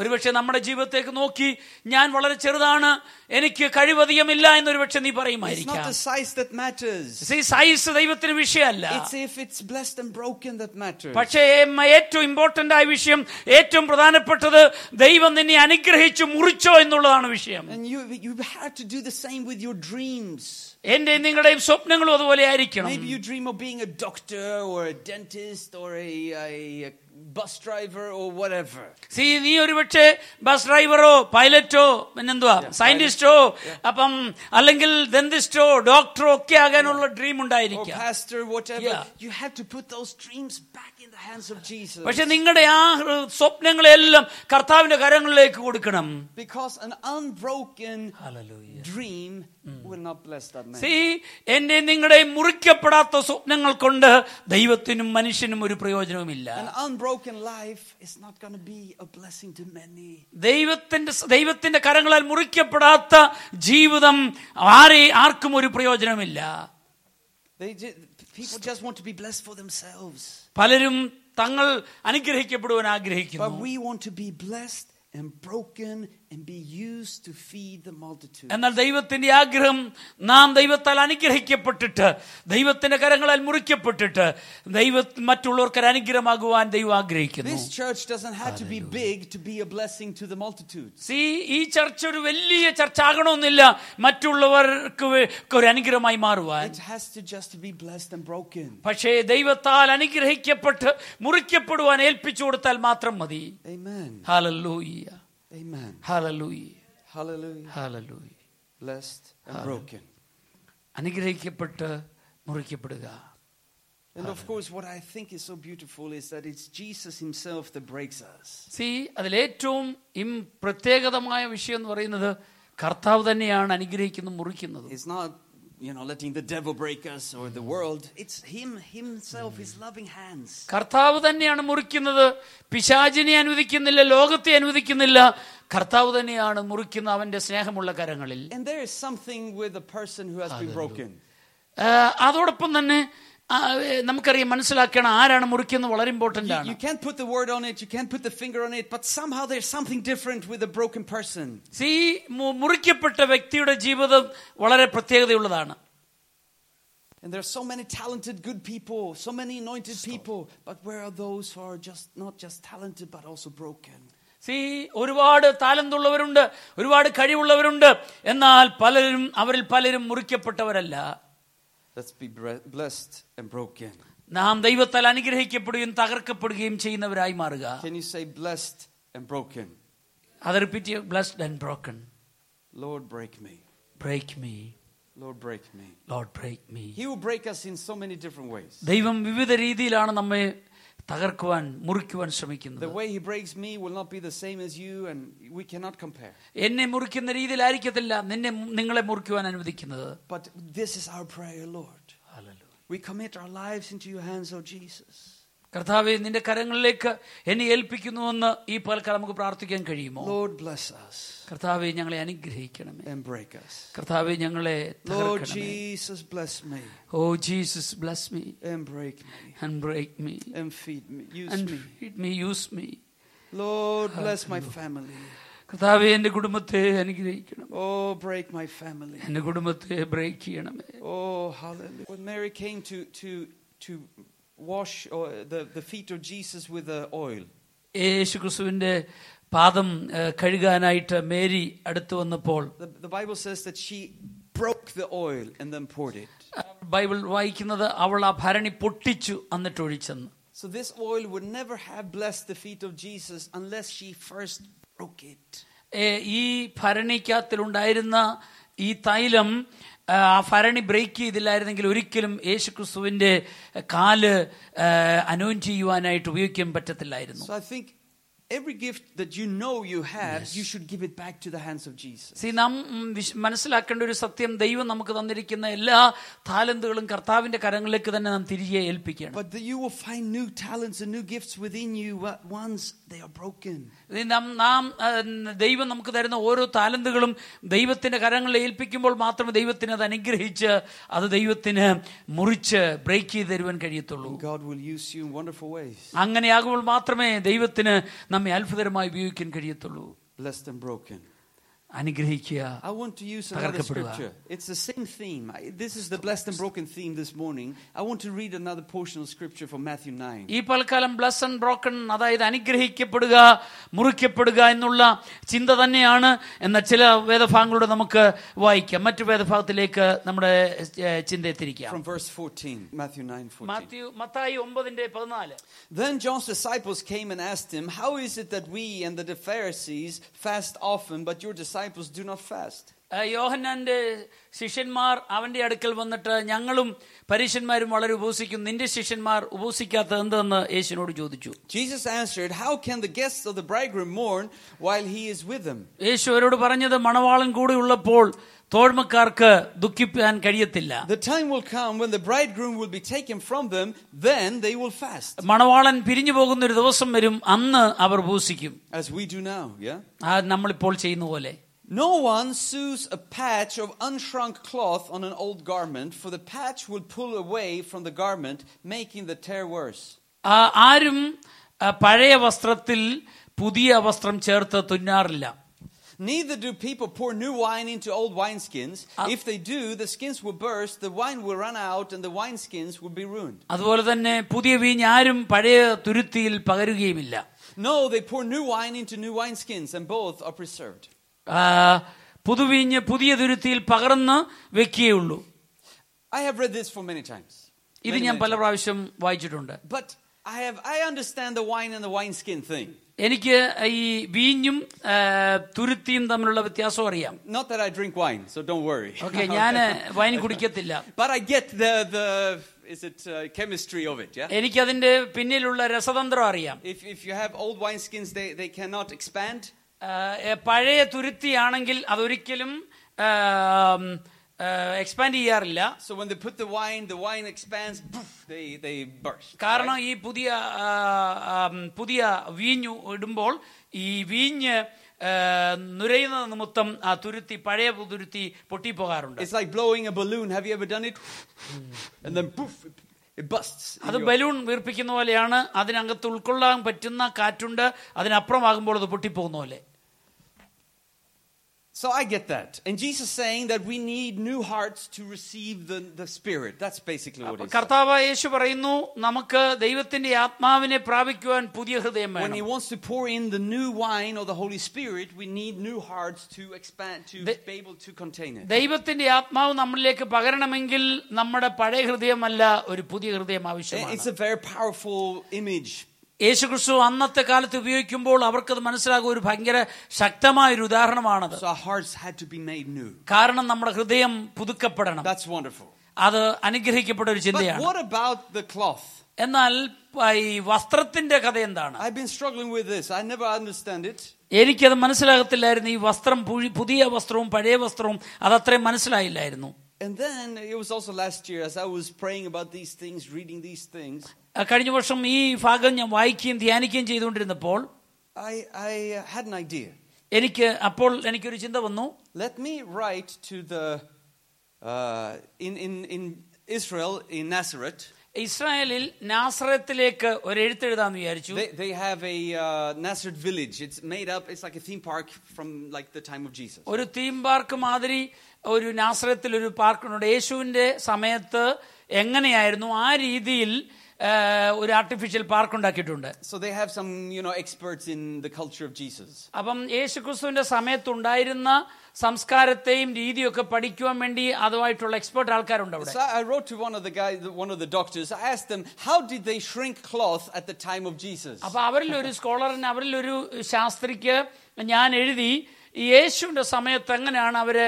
Speaker 1: ഒരുപക്ഷെ നമ്മുടെ ജീവിതത്തേക്ക് നോക്കി ഞാൻ വളരെ ചെറുതാണ് എനിക്ക് കഴിവധികമില്ല എന്നൊരു പക്ഷെ നീ
Speaker 2: It's not
Speaker 1: പറയുമായിരിക്കാം
Speaker 2: the size that matters.
Speaker 1: See size ദൈവത്തിന് വിഷയമല്ല
Speaker 2: It's if it's blessed and broken that matters.
Speaker 1: പക്ഷേ ഏ- ഏറ്റവും ഇമ്പോർട്ടന്റ് ആയ വിഷയം ഏറ്റവും പ്രധാനപ്പെട്ടത് ദൈവം നിന്നെ അനുഗ്രഹിച്ചു മുറിച്ചോ എന്നുള്ളതാണ് വിഷയം
Speaker 2: And you you had to do the same with your dreams.
Speaker 1: എന്റെയും നിങ്ങളുടെയും സ്വപ്നങ്ങളും അതുപോലെ ആയിരിക്കണം
Speaker 2: Maybe you dream of being a doctor or a dentist or a, a, a bus driver or whatever.
Speaker 1: See നീ ഒരുപക്ഷെ ബസ് ഡ്രൈവറോ പൈലറ്റോ പിന്നെന്തുവാ സയന്റിസ്റ്റോ അപ്പം അല്ലെങ്കിൽ ദന്തിസ്റ്റോ ഡോക്ടറോ ഒക്കെ ആകാനുള്ള ഡ്രീം
Speaker 2: Or
Speaker 1: ഉണ്ടായിരിക്കാം
Speaker 2: pastor, whatever.
Speaker 1: Yeah.
Speaker 2: You had to put those dreams back in the hands of Jesus.
Speaker 1: പക്ഷെ നിങ്ങളുടെ ആ ഹൃ- സ്വപ്നങ്ങളെല്ലാം കർത്താവിന്റെ കരങ്ങളിലേക്ക് കൊടുക്കണം
Speaker 2: Because an unbroken dream will not bless that man.
Speaker 1: See എന്റെ നിങ്ങളുടെയും മുറിക്കപ്പെടാത്ത സ്വപ്നങ്ങൾ കൊണ്ട് ദൈവത്തിനും മനുഷ്യനും ഒരു പ്രയോജനവുമില്ല
Speaker 2: An unbroken life is not going to be a blessing to many.
Speaker 1: ദൈവത്തിന്റെ സ- ദൈവത്തിന്റെ കരങ്ങളാൽ മുറിക്കപ്പെടാത്ത ജീവിതം ആരെ ആർക്കും ഒരു പ്രയോജനമില്ല
Speaker 2: They ju- people just want to be blessed for themselves.
Speaker 1: പലരും തങ്ങൾ അനുഗ്രഹിക്കപ്പെടുവാൻ
Speaker 2: But
Speaker 1: ആഗ്രഹിക്കുന്നു
Speaker 2: we want to be blessed and broken and be used to feed the multitude.
Speaker 1: എന്നാൽ ദൈവത്തിന്റെ ആഗ്രഹം നാം ദൈവത്താൽ അനുഗ്രഹിക്കപ്പെട്ടിട്ട് ദൈവത്തിന്റെ കരങ്ങളാൽ മുറിക്കപ്പെട്ടിട്ട് ദൈവ മറ്റുള്ളവർക്ക് ഒരു അനുഗ്രഹമാകുവാൻ ദൈവം ആഗ്രഹിക്കുന്നു
Speaker 2: This church doesn't have to be big to be a blessing to the multitudes.
Speaker 1: See ഈ ചർച്ച ഒരു വലിയ ചർച്ച ആകണമെന്നില്ല മറ്റുള്ളവർക്ക് വേ- ക്ക് ഒരു അനുഗ്രഹമായി മാറുവാൻ
Speaker 2: It has to just be blessed and broken.
Speaker 1: പക്ഷേ ദൈവത്താൽ അനുഗ്രഹിക്കപ്പെട്ട് മുറിക്കപ്പെടുവാൻ ഏൽപ്പിച്ചു കൊടുത്താൽ മാത്രം മതി
Speaker 2: Amen.
Speaker 1: ഹാലല്ലൂയ്യ
Speaker 2: Amen.
Speaker 1: ഹാലല്ലൂയ്യ
Speaker 2: Hallelujah.
Speaker 1: ഹാലല്ലൂയ്യ
Speaker 2: Blessed and broken.
Speaker 1: അനുഗ്രഹിക്കപ്പെട്ട് മുറിക്കപ്പെടുക
Speaker 2: And of course, what I think is so beautiful is that it's Jesus Himself that breaks us.
Speaker 1: See അതിലേറ്റവും ഇം പ്രത്യേകതമായ വിഷയം എന്ന് പറയുന്നത് കർത്താവ് തന്നെയാണ് അനുഗ്രഹിക്കുന്നതും മുറിക്കുന്നതും
Speaker 2: It's not, you know, letting the devil break us or the world. Mm. It's Him Himself, His loving hands.
Speaker 1: കർത്താവ് തന്നെയാണ് മുറിക്കുന്നത് പിശാചിനെ അനുവദിക്കുന്നില്ല ലോകത്തെ അനുവദിക്കുന്നില്ല കർത്താവ് തന്നെയാണ് മുറിക്കുന്ന അവന്റെ സ്നേഹമുള്ള കരങ്ങളിൽ
Speaker 2: And there is something with a person who has been broken.
Speaker 1: ആ, അതോടൊപ്പം തന്നെ ആ, ഏ, നമുക്കറിയാം മനസ്സിലാക്കണം ആരാണ് മുറിക്കുന്നത് വളരെ ഇമ്പോർട്ടന്റ്
Speaker 2: You,
Speaker 1: ആണ്
Speaker 2: you can't put the word on it, you can't put the finger on it, but somehow there's something different with a broken person.
Speaker 1: See മു- മുറിക്കപ്പെട്ട വ്യക്തിയുടെ ജീവിതം വളരെ പ്രത്യേകതയുള്ളതാണ്
Speaker 2: And there are so many talented, good people, so many anointed people, but where are those who are just not just talented but also broken?
Speaker 1: See ഒരുപാട് താലന്തുള്ളവരുണ്ട് ഒരുപാട് കഴിവുള്ളവരുണ്ട് എന്നാൽ പലരും അവരിൽ പലരും മുറിക്കപ്പെട്ടവരല്ല
Speaker 2: Let's be bre- blessed and broken.
Speaker 1: നാം ദൈവത്താൽ അനുഗ്രഹിക്കപ്പെടുകയും തകർക്കപ്പെടുകയും ചെയ്യുന്നവരായി മാറുക
Speaker 2: Can you say blessed and broken?
Speaker 1: അത് repeat blessed and broken
Speaker 2: Lord, break me.
Speaker 1: Break me
Speaker 2: Lord, break me.
Speaker 1: Lord break me
Speaker 2: He will break us in so many different ways.
Speaker 1: ദൈവം വിവിധ രീതിയിലാണ് നമ്മെ തകർക്കുവാൻ മുറിക്കുവാൻ ശ്രമിക്കുന്നത്
Speaker 2: The way he breaks me will not be the same as you, and we cannot compare.
Speaker 1: എന്നെ മുറിക്കുന്ന രീതിയിലായിരിക്കത്തില്ല നിന്നെ നിങ്ങളെ മുറിക്കുവാൻ അനുവദിക്കുന്നത്
Speaker 2: But this is our prayer, Lord. We commit our lives into your hands, O Jesus.
Speaker 1: കർത്താവെ നിന്റെ കരങ്ങളിലേക്ക് എന്നെ ഏൽപ്പിക്കുന്നുവെന്ന് ഈ പൽക്കാലം നമുക്ക് പ്രാർത്ഥിക്കാൻ കഴിയുമോ
Speaker 2: Lord, bless us
Speaker 1: കർത്താവെ ഞങ്ങളെ അനുഗ്രഹിക്കണമേ
Speaker 2: and break us.
Speaker 1: കർത്താവെ ഞങ്ങളെ
Speaker 2: Lord
Speaker 1: തകർക്കണമേ Oh,
Speaker 2: Jesus, bless me
Speaker 1: oh Jesus bless me
Speaker 2: and break me
Speaker 1: and break me
Speaker 2: and feed me, use
Speaker 1: and
Speaker 2: me.
Speaker 1: Feed me use me
Speaker 2: Lord, bless my family.
Speaker 1: കർത്താവെ എൻ്റെ കുടുംബത്തെ അനുഗ്രഹിക്കണം
Speaker 2: Oh, break my family.
Speaker 1: എൻ്റെ കുടുംബത്തെ break ചെയ്യണമേ
Speaker 2: Oh, hallelujah. When Mary came to, to, to wash uh, the, the feet of Jesus with the oil,
Speaker 1: യേശു ക്രിസ്തുവിൻ്റെ പാദം ഏഹ്, കഴുകാനായിട്ട് Mary അടുത്തു വന്നപ്പോൾ
Speaker 2: the, the Bible says that she broke the oil and then poured it.
Speaker 1: Bible വായിക്കുന്നത് അവൾ ആ ഭരണി പൊട്ടിച്ചു എന്നിട്ട് ഒഴിച്ചെന്ന്
Speaker 2: So this oil would never have blessed the feet of Jesus unless she first broke it.
Speaker 1: ഏ, ഈ ഭരണിക്കകത്തിലുണ്ടായിരുന്ന ഈ തൈലം ആ, ആ ഭരണി ബ്രേക്ക് ചെയ്തില്ലായിരുന്നെങ്കിൽ ഒരിക്കലും യേശുക്രിസ്തുവിന്റെ കാല് അനോൻ ചെയ്യുവാനായിട്ട് ഉപയോഗിക്കാൻ പറ്റത്തില്ലായിരുന്നു
Speaker 2: So I think every gift that you know you have, you should give it back to the hands of Jesus.
Speaker 1: See നാം ഉം, വിശ്- മനസ്സിലാക്കേണ്ട ഒരു സത്യം ദൈവം നമുക്ക് തന്നിരിക്കുന്ന എല്ലാ താലന്തുകളും കർത്താവിന്റെ കരങ്ങളിലേക്ക് തന്നെ നാം തിരികെ ഏൽപ്പിക്കണം
Speaker 2: But the, you will find new talents and new gifts within you wa- once they are broken.
Speaker 1: ഇത് നാം നാം ആ, ദൈവം നമുക്ക് തരുന്ന ഓരോ താലന്തുകളും ദൈവത്തിന്റെ കരങ്ങളിൽ ഏൽപ്പിക്കുമ്പോൾ മാത്രമേ ദൈവത്തിന് അത് അനുഗ്രഹിച്ച് അത് ദൈവത്തിന് മുറിച്ച് ബ്രേക്ക് ചെയ്ത് തരുവാൻ കഴിയത്തുള്ളൂ
Speaker 2: God will use you in wonderful ways.
Speaker 1: അങ്ങനെയാകുമ്പോൾ മാത്രമേ ദൈവത്തിന് നമ്മെ അത്ഭുതകരമായി ഉപയോഗിക്കാൻ കഴിയത്തുള്ളൂ
Speaker 2: Blessed and broken.
Speaker 1: അനുഗ്രഹിക്കുക
Speaker 2: I want to use another
Speaker 1: Tagarkapaduva.
Speaker 2: scripture. It's the same theme. I- This is the blessed and broken theme this morning. I want to read another portion of scripture from Matthew 9.
Speaker 1: ഈ പൽക്കാലം bless and broken അതായത് അനുഗ്രഹിക്കപ്പെടുക മുറിക്കപ്പെടുക എന്നുള്ള ചിന്ത തന്നെയാണ് എന്ന ചില വേദഭാഗങ്ങളുടെ നമുക്ക് വായിക്കാം മറ്റു വേദഭാഗത്തിലേക്ക് നമ്മുടെ ഏഹ്, ചിന്ത എത്തിരിക്കാം
Speaker 2: From verse 14, Matthew 9 14.
Speaker 1: Mathew Mathai ഒമ്പതിന്റെ പതിനാല്
Speaker 2: Then John's disciples came and asked him, How is it that we and the Pharisees fast often, but your disciples do not fast?
Speaker 1: ആ, യോഹന്നാന്റെ ശിഷ്യന്മാർ അവന്റെ അടുക്കൽ വന്നിട്ട് ഞങ്ങളും പരീശന്മാരും വളരെ ഉപസിക്കും നിന്റെ ശിഷ്യന്മാർ ഉപസിക്കാത്തത് എന്തെന്ന് യേശുവിനോട് ചോദിച്ചു
Speaker 2: Jesus answered, How can the guests of the bridegroom mourn while he is with them?
Speaker 1: യേശു അവരോട് പറഞ്ഞത് മണവാളൻ കൂടെ ഉള്ളപ്പോൾ തോഴ്മക്കാർക്ക് ദുഃഖിപ്പാൻ കഴിയത്തില്ല
Speaker 2: The time will come when the bridegroom will be taken from them, then they will fast,
Speaker 1: മണവാളൻ പിരിഞ്ഞു പോകുന്ന ഒരു ദിവസം വരും അന്ന് അവർ ഭൂസിക്കും
Speaker 2: as we do now, yeah?
Speaker 1: ആ നമ്മളിപ്പോൾ ചെയ്യുന്ന പോലെ
Speaker 2: No one sews a patch of unshrunk cloth on an old garment, for the patch will pull away from the garment, making the tear worse.
Speaker 1: ആ, ആരും ആ, പഴയ വസ്ത്രത്തിൽ പുതിയ വസ്ത്രം ചേർത്ത് തുന്നാറില്ല
Speaker 2: Neither do people pour new wine into old wineskins. if they do, the skins will burst, the wine will run out, and the wineskins will be ruined.
Speaker 1: അതുപോലെ തന്നെ പുതിയ വീഞ്ഞ് ആരും പഴയ തുരുത്തിയിൽ പകരുകയുമില്ല
Speaker 2: No, they pour new wine into new wineskins, and both are preserved.
Speaker 1: ആ, പുതുവീഞ്ഞ് പുതിയ തുരുത്തിയിൽ പകർന്ന് വെക്കുകയുള്ളൂ
Speaker 2: I have read this for many times.
Speaker 1: ഇത്
Speaker 2: Many,
Speaker 1: ഞാൻ
Speaker 2: many
Speaker 1: പല
Speaker 2: times.
Speaker 1: പ്രാവശ്യം വായിച്ചിട്ടുണ്ട്
Speaker 2: But I have I understand the wine and the wineskin thing.
Speaker 1: എനിക്ക് ഈ വീഞ്ഞും ആ, തുരുത്തിയും തമ്മിലുള്ള വ്യത്യാസം അറിയാം
Speaker 2: Not that I drink wine, so don't worry.
Speaker 1: Okay ഞാൻ വൈൻ കുടിക്കത്തില്ല
Speaker 2: But I get the the is it uh, chemistry of it, yeah?
Speaker 1: എനിക്കതിന്റെ പിന്നിലുള്ള രസതന്ത്രം അറിയാം
Speaker 2: If if you have old wineskins, they they cannot expand.
Speaker 1: ആ, ഏ, പഴയ തുരുത്തിയാണെങ്കിൽ അതൊരിക്കലും എക്സ്പാൻഡ് ചെയ്യാറില്ല
Speaker 2: So when they put the wine, the wine expands. Poof, they they burst.
Speaker 1: കാരണം ഈ പുതിയ ആ, ആം, പുതിയ വീഞ്ഞു ഇടുമ്പോൾ ഈ വീഞ്ഞ് ഏ, നുരയുന്നത് നിമിത്തം ആ തുരുത്തി പഴയ തുരുത്തി പൊട്ടിപ്പോകാറുണ്ട്
Speaker 2: It's like blowing a balloon. Have you ever done it? And then poof, it- it busts. in
Speaker 1: അത്
Speaker 2: your-
Speaker 1: ബലൂൺ വീർപ്പിക്കുന്ന പോലെയാണ് അതിനകത്ത് ഉൾക്കൊള്ളാൻ പറ്റുന്ന കാറ്റുണ്ട് അതിനപ്പുറമാകുമ്പോൾ അത് പൊട്ടിപ്പോകുന്ന പോലെ
Speaker 2: So I get that. And Jesus saying that we need new hearts to receive the, the Spirit. That's basically what
Speaker 1: അപ്പൊ
Speaker 2: he's saying.
Speaker 1: കർത്താവ് യേശു പറയുന്നു നമുക്ക് ദൈവത്തിന്റെ ആത്മാവിനെ പ്രാപിക്കുവാൻ പുതിയ ഹൃദയം
Speaker 2: When
Speaker 1: വേണം
Speaker 2: he wants to pour in the new wine or the Holy Spirit, we need new hearts to expand, to
Speaker 1: The-
Speaker 2: be able to contain it.
Speaker 1: ദൈവത്തിന്റെ ആത്മാവ് നമ്മളിലേക്ക് പകരണമെങ്കിൽ നമ്മുടെ പഴയ ഹൃദയമല്ല ഒരു പുതിയ ഹൃദയം
Speaker 2: It's
Speaker 1: ആവശ്യമാണ്
Speaker 2: a very powerful image.
Speaker 1: യേശുക്രിസ്തു അന്നത്തെ കാലത്ത് ഉപയോഗിക്കുമ്പോൾ അവർക്കത് മനസ്സിലാകും ഒരു ഭയങ്കര ശക്തമായ ഒരു ഉദാഹരണമാണത്
Speaker 2: So our hearts had to be made new.
Speaker 1: കാരണം നമ്മുടെ ഹൃദയം പുതുക്കപ്പെടണം
Speaker 2: That's wonderful.
Speaker 1: അത് അനുഗ്രഹിക്കപ്പെട്ട ഒരു
Speaker 2: But
Speaker 1: ചിന്തയാണ്
Speaker 2: what about the cloth?
Speaker 1: എന്നാൽ പ- ഈ വസ്ത്രത്തിന്റെ കഥ എന്താണ്
Speaker 2: I've been struggling with this. I never understand it.
Speaker 1: എനിക്കത് മനസ്സിലാകത്തില്ലായിരുന്നു ഈ വസ്ത്രം പുഴി- പുതിയ വസ്ത്രവും പഴയ വസ്ത്രവും അതത്രയും മനസ്സിലായില്ലായിരുന്നു
Speaker 2: And then it was also last year as I was praying about these things, reading these things,
Speaker 1: ആ, കഴിഞ്ഞ വർഷം ഈ ഭാഗം ഞാൻ വായിക്കുകയും ധ്യാനിക്കുകയും ചെയ്തുകൊണ്ടിരുന്നപ്പോൾ
Speaker 2: I, I uh, had an idea.
Speaker 1: എനിക്ക് അപ്പോൾ എനിക്കൊരു ചിന്ത വന്നു
Speaker 2: Let me write to the, uh, in, in, in Israel, in Nazareth,
Speaker 1: ഇസ്രായേലിൽ നാസറത്തിലേക്ക് ഒരു എഴുത്തെഴുതാന്ന് വിചാരിച്ചു
Speaker 2: they, they have a uh, Nazareth village. It's made up, it's like a theme park from like the time of Jesus.
Speaker 1: ഒരു theme park മാതിരി ഒരു നാസറത്തിൽ ഒരു പാർക്കുണ്ട് യേശുവിന്റെ സമയത്ത് എങ്ങനെയായിരുന്നു ആ രീതിയിൽ ആ, ഒരു ആർട്ടിഫിഷ്യൽ പാർക്ക് ഉണ്ടാക്കിയിട്ടുണ്ട്
Speaker 2: So they have some, you know, experts in the culture of Jesus.
Speaker 1: അപ്പം യേശുക്രിസ്തുവിന്റെ സമയത്തുണ്ടായിരുന്ന സംസ്കാരത്തെയും രീതിയൊക്കെ പഠിക്കുവാൻ വേണ്ടി അതുമായിട്ടുള്ള എക്സ്പേർട്ട് ആൾക്കാരുണ്ട് അവിടെ
Speaker 2: So I I wrote to one of the guys, one of the doctors. I asked them, how did they shrink cloth at the time of Jesus?
Speaker 1: അപ്പൊ അവരിൽ ഒരു സ്കോളറിന് അവരിൽ ഒരു ശാസ്ത്രിക്ക് ഞാൻ എഴുതി ഈ യേശുവിന്റെ സമയത്ത് എങ്ങനെയാണ് അവര്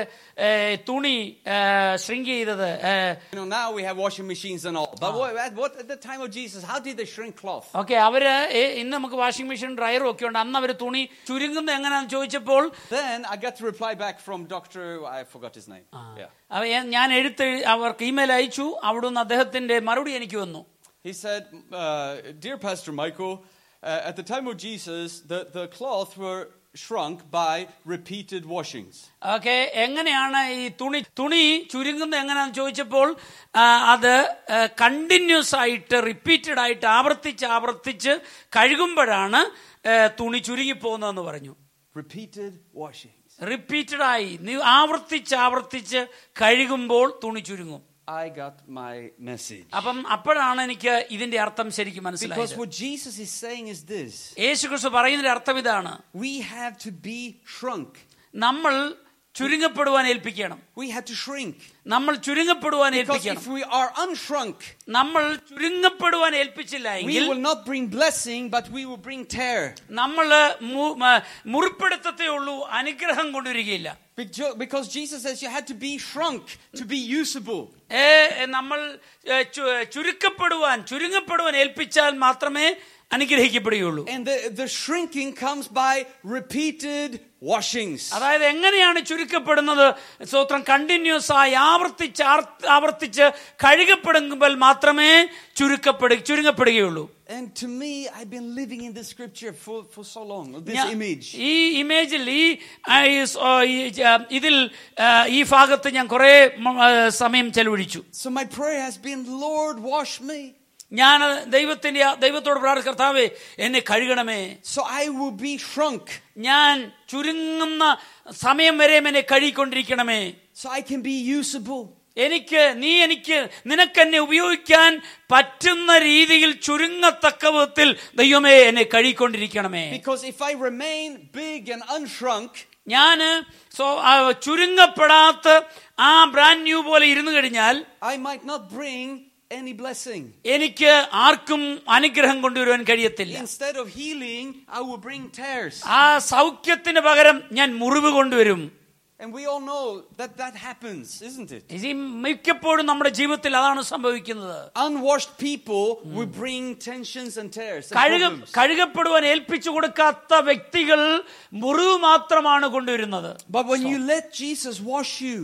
Speaker 1: ഏ, തുണി ശ്രിങ്ക് ചെയ്തത്
Speaker 2: You know, now we have washing machines and all. But what, at, what at the time of Jesus, how did they shrink cloth?
Speaker 1: Okay അവര് ഏ- ഇന്ന് നമുക്ക് വാഷിംഗ് മെഷീൻ ഡ്രയറും ഒക്കെ ഉണ്ട് അന്ന് അവര് തുണി ചുരുങ്ങുന്ന എങ്ങനെയാന്ന് ചോദിച്ചപ്പോൾ
Speaker 2: Then I got to reply back from Doctor. I forgot his name. Yeah,
Speaker 1: അവ- ഏ- ഞാൻ എഴുത്ത് അവർക്ക് ഇമെയിൽ അയച്ചു അവിടുന്ന് അദ്ദേഹത്തിന്റെ മറുപടി എനിക്ക് വന്നു
Speaker 2: he said, uh, "Dear Pastor Michael, uh, at the time of Jesus, the, the cloth were shrunk by repeated washings."
Speaker 1: Okay എങ്ങനെയാണ് ഈ തുണി തുണി ചുരുങ്ങുന്നത് എങ്ങനെയാന്ന് ചോദിച്ചപ്പോൾ ആ, അത് കണ്ടിന്യൂസ് ആയിട്ട് റിപ്പീറ്റഡ് ആയിട്ട് ആവർത്തിച്ച് ആവർത്തിച്ച് കഴുകുമ്പോഴാണ് ഏ, തുണി ചുരുങ്ങിപ്പോകുന്നതെന്ന് പറഞ്ഞു
Speaker 2: Repeated washings.
Speaker 1: റിപ്പീറ്റഡായി നീ ആവർത്തിച്ച് ആവർത്തിച്ച് കഴുകുമ്പോൾ തുണി ചുരുങ്ങും
Speaker 2: I got my message.
Speaker 1: അപ്പം അപ്പോഴാണ് എനിക്ക് ഇതിന്റെ അർത്ഥം ശരിക്കും
Speaker 2: Because
Speaker 1: മനസ്സിലായത്
Speaker 2: what Jesus is saying is this:
Speaker 1: യേശുക്രിസ്തു പറയുന്നതിന്റെ അർത്ഥം ഇതാണ്
Speaker 2: we have to be shrunk.
Speaker 1: നമ്മൾ ചുരുങ്ങപ്പെടുവാൻ ഏൽപ്പിക്കണം
Speaker 2: We have to shrink.
Speaker 1: നമ്മൾ ചുരുങ്ങപ്പെടുവാൻ
Speaker 2: Because
Speaker 1: ഏൽപ്പിക്കണം
Speaker 2: if we are unshrunk,
Speaker 1: നമ്മൾ ചുരുങ്ങപ്പെടുവാൻ ഏൽപ്പിച്ചില്ല എങ്കിൽ
Speaker 2: We will not bring blessing, but we will bring tear.
Speaker 1: നമ്മൾ മുറിപ്പെടുത്തത്തേ ഉള്ളൂ അനുഗ്രഹം കൊണ്ടുവരികയില്ല
Speaker 2: Bejo- Because Jesus says you had to be shrunk to be usable.
Speaker 1: ഏ, നമ്മൾ ഏ, ചു- ചുരുക്കപ്പെടുവാൻ ചുരുങ്ങപ്പെടുവാൻ ഏൽപ്പിച്ചാൽ മാത്രമേ അനുഗ്രഹിക്കപ്പെടുകയുള്ളൂ
Speaker 2: And the, the shrinking comes by repeated washings.
Speaker 1: അതായത് എങ്ങനെയാണ് ചുരുക്കപ്പെടുന്നത് സ്തോത്രം കണ്ടിന്യൂസ് ആയി ആവർത്തിച്ച് ആർ- ആവർത്തിച്ച് കഴുകപ്പെടുമ്പോൾ മാത്രമേ ചുരുക്കപ്പെടു ചുരുങ്ങപ്പെടുകയുള്ളൂ
Speaker 2: And to me, I've been living in this scripture for, for so long, this
Speaker 1: ഞാ-
Speaker 2: image.
Speaker 1: ഈ ഇമേജിൽ ഈ ആ, ഈ സ്- ഓ, ഈ, ആ, ഇതിൽ ആ, ഈ ഭാഗത്ത് ഞാൻ കുറെ സമയം ചെലവഴിച്ചു
Speaker 2: So my prayer has been, Lord, wash me
Speaker 1: ഞാൻ ദൈവത്തിന്റെ ആ- ദൈവത്തോട് പ്രാർത്ഥി കർത്താവേ എന്നെ കഴുകണമേ
Speaker 2: so I will be shrunk,
Speaker 1: ഞാൻ ചുരുങ്ങുന്ന സമയം വരെ എന്നെ കഴുകിക്കൊണ്ടിരിക്കണമേ
Speaker 2: so I can be usable.
Speaker 1: എനിക്ക് നീ എനിക്ക് നിനക്കെന്നെ ഉപയോഗിക്കാൻ പറ്റുന്ന രീതിയിൽ ചുരുങ്ങത്തക്ക വിധത്തിൽ ദൈവമേ എന്നെ കഴുകിക്കൊണ്ടിരിക്കണമേ
Speaker 2: Because if I remain big and unshrunk,
Speaker 1: ഞാന് സോ ആ, ചുരുങ്ങപ്പെടാത്ത ആ ബ്രാൻഡ് ന്യൂ പോലെ ഇരുന്നു കഴിഞ്ഞാൽ
Speaker 2: I might not bring any blessing.
Speaker 1: എനിക്ക് ആർക്കും അനുഗ്രഹം കൊണ്ടുവരുവാൻ കഴിയത്തില്ല
Speaker 2: Instead of healing, I will bring tears.
Speaker 1: ആ സൗഖ്യത്തിന് പകരം ഞാൻ മുറിവ് കൊണ്ടുവരും
Speaker 2: And we all know that that happens, isn't it?
Speaker 1: ഇത് മിക്കപ്പോഴും നമ്മുടെ ജീവിതത്തിൽ അതാണ് സംഭവിക്കുന്നത്
Speaker 2: Unwashed people will bring tensions and tears. and
Speaker 1: കഴുക
Speaker 2: problems.
Speaker 1: കഴുകപ്പെടുവാൻ ഏൽപ്പിച്ചു കൊടുക്കാത്ത വ്യക്തികൾ മുറിവ് മാത്രമാണ് കൊണ്ടുവരുന്നത്
Speaker 2: But when you let Jesus wash you,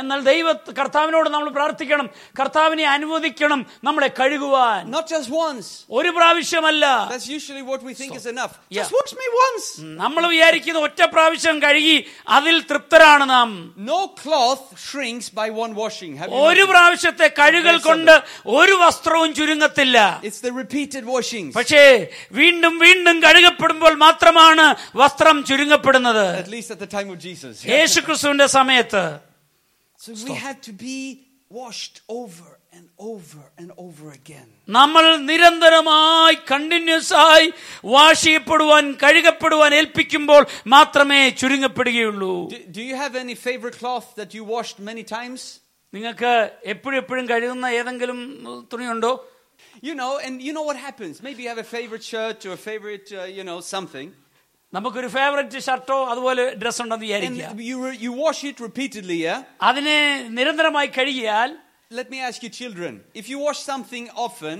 Speaker 1: എന്നാൽ ദൈവ കർത്താവിനോട് നമ്മൾ പ്രാർത്ഥിക്കണം കർത്താവിനെ അനുവദിക്കണം നമ്മളെ കഴുകുവാൻ
Speaker 2: not just once,
Speaker 1: ഒരു പ്രാവശ്യമല്ല
Speaker 2: that's usually what we think is enough.
Speaker 1: Yeah.
Speaker 2: Just wash me once.
Speaker 1: നമ്മൾ വിചാരിക്കുന്ന ഒറ്റ പ്രാവശ്യം കഴുകി അതിൽ തൃപ്തരാണ് നാം
Speaker 2: No cloth shrinks by one washing. Have you
Speaker 1: ഒരു
Speaker 2: noticed?
Speaker 1: പ്രാവശ്യത്തെ കഴുകൽ കൊണ്ട് ഒരു വസ്ത്രവും ചുരുങ്ങത്തില്ല
Speaker 2: It's the repeated washings.
Speaker 1: പക്ഷേ വീണ്ടും വീണ്ടും കഴുകപ്പെടുമ്പോൾ മാത്രമാണ് വസ്ത്രം ചുരുങ്ങപ്പെടുന്നത്
Speaker 2: At least at the time of Jesus.
Speaker 1: യേശുക്രിസ്തുവിന്റെ സമയത്ത്
Speaker 2: So we have to be washed over and over and over again.
Speaker 1: നമ്മൾ നിരന്തരമായി കണ്ടിന്യൂസ് ആയി വാഷ് ചെയ്യപ്പെടുവാൻ കഴുകപ്പെടുവാൻ ഏൽപ്പിക്കുമ്പോൾ മാത്രമേ ചുരുങ്ങപ്പെടുകയുള്ളൂ
Speaker 2: Do, do you have any favorite cloth that you washed many times?
Speaker 1: നിങ്ങൾക്ക് എപ്പോഴും എപ്പോഴും കഴുകുന്ന ഏതെങ്കിലും ഉം, തുണിയുണ്ടോ
Speaker 2: You know, and you know what happens. Maybe you have a favorite shirt or a favorite, uh, you know, something.
Speaker 1: നമുക്കൊരു favourite ഷർട്ടോ അതുപോലെ ഡ്രസ് ഉണ്ടെന്ന് വിചാരിക്കുക
Speaker 2: And you, re- you wash it repeatedly, yeah?
Speaker 1: അതിനെ നിരന്തരമായി കഴുകിയാൽ
Speaker 2: Let me ask you, children. If you wash something often,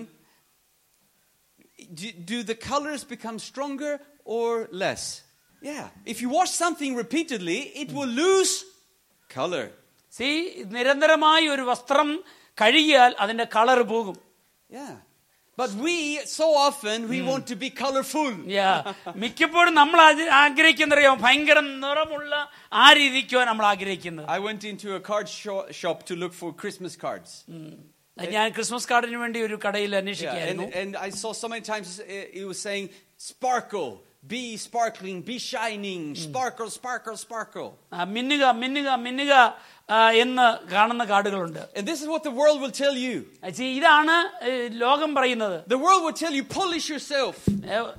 Speaker 2: do, do the colors become stronger or less? Yeah. If you wash something repeatedly, it will lose color.
Speaker 1: See നിരന്തരമായി ഒരു വസ്ത്രം കഴുകിയാൽ അതിന്റെ colour പോകും
Speaker 2: Yeah. But we, so often, we want to be colorful.
Speaker 1: യാ. മിക്കപ്പോഴും നമ്മൾ ആഗ്രഹിക്കുന്നറിയോ ഭയങ്കര നിറമുള്ള ആ രീതിക്കോ നമ്മൾ ആഗ്രഹിക്കുന്നത്
Speaker 2: I went into a card sho- shop to look for Christmas cards.
Speaker 1: ഞാൻ ക്രിസ്മസ് കാർഡിന് വേണ്ടി ഒരു കടയിൽ
Speaker 2: Yeah, and,
Speaker 1: അന്വേഷിക്കുകയായിരുന്നു
Speaker 2: and I saw so many times uh, it was saying, sparkle, be sparkling, be shining, sparkle, sparkle, sparkle.
Speaker 1: ആ, മിന്നുക മിന്നുക മിന്നുക ആ, എന്ന് കാണുന്ന കാർഡുകളുണ്ട്
Speaker 2: And this is what the world will tell you.
Speaker 1: See ഇതാണ് ഏഹ്, ലോകം പറയുന്നത്
Speaker 2: The world will tell you, polish yourself.
Speaker 1: ഏഹ്,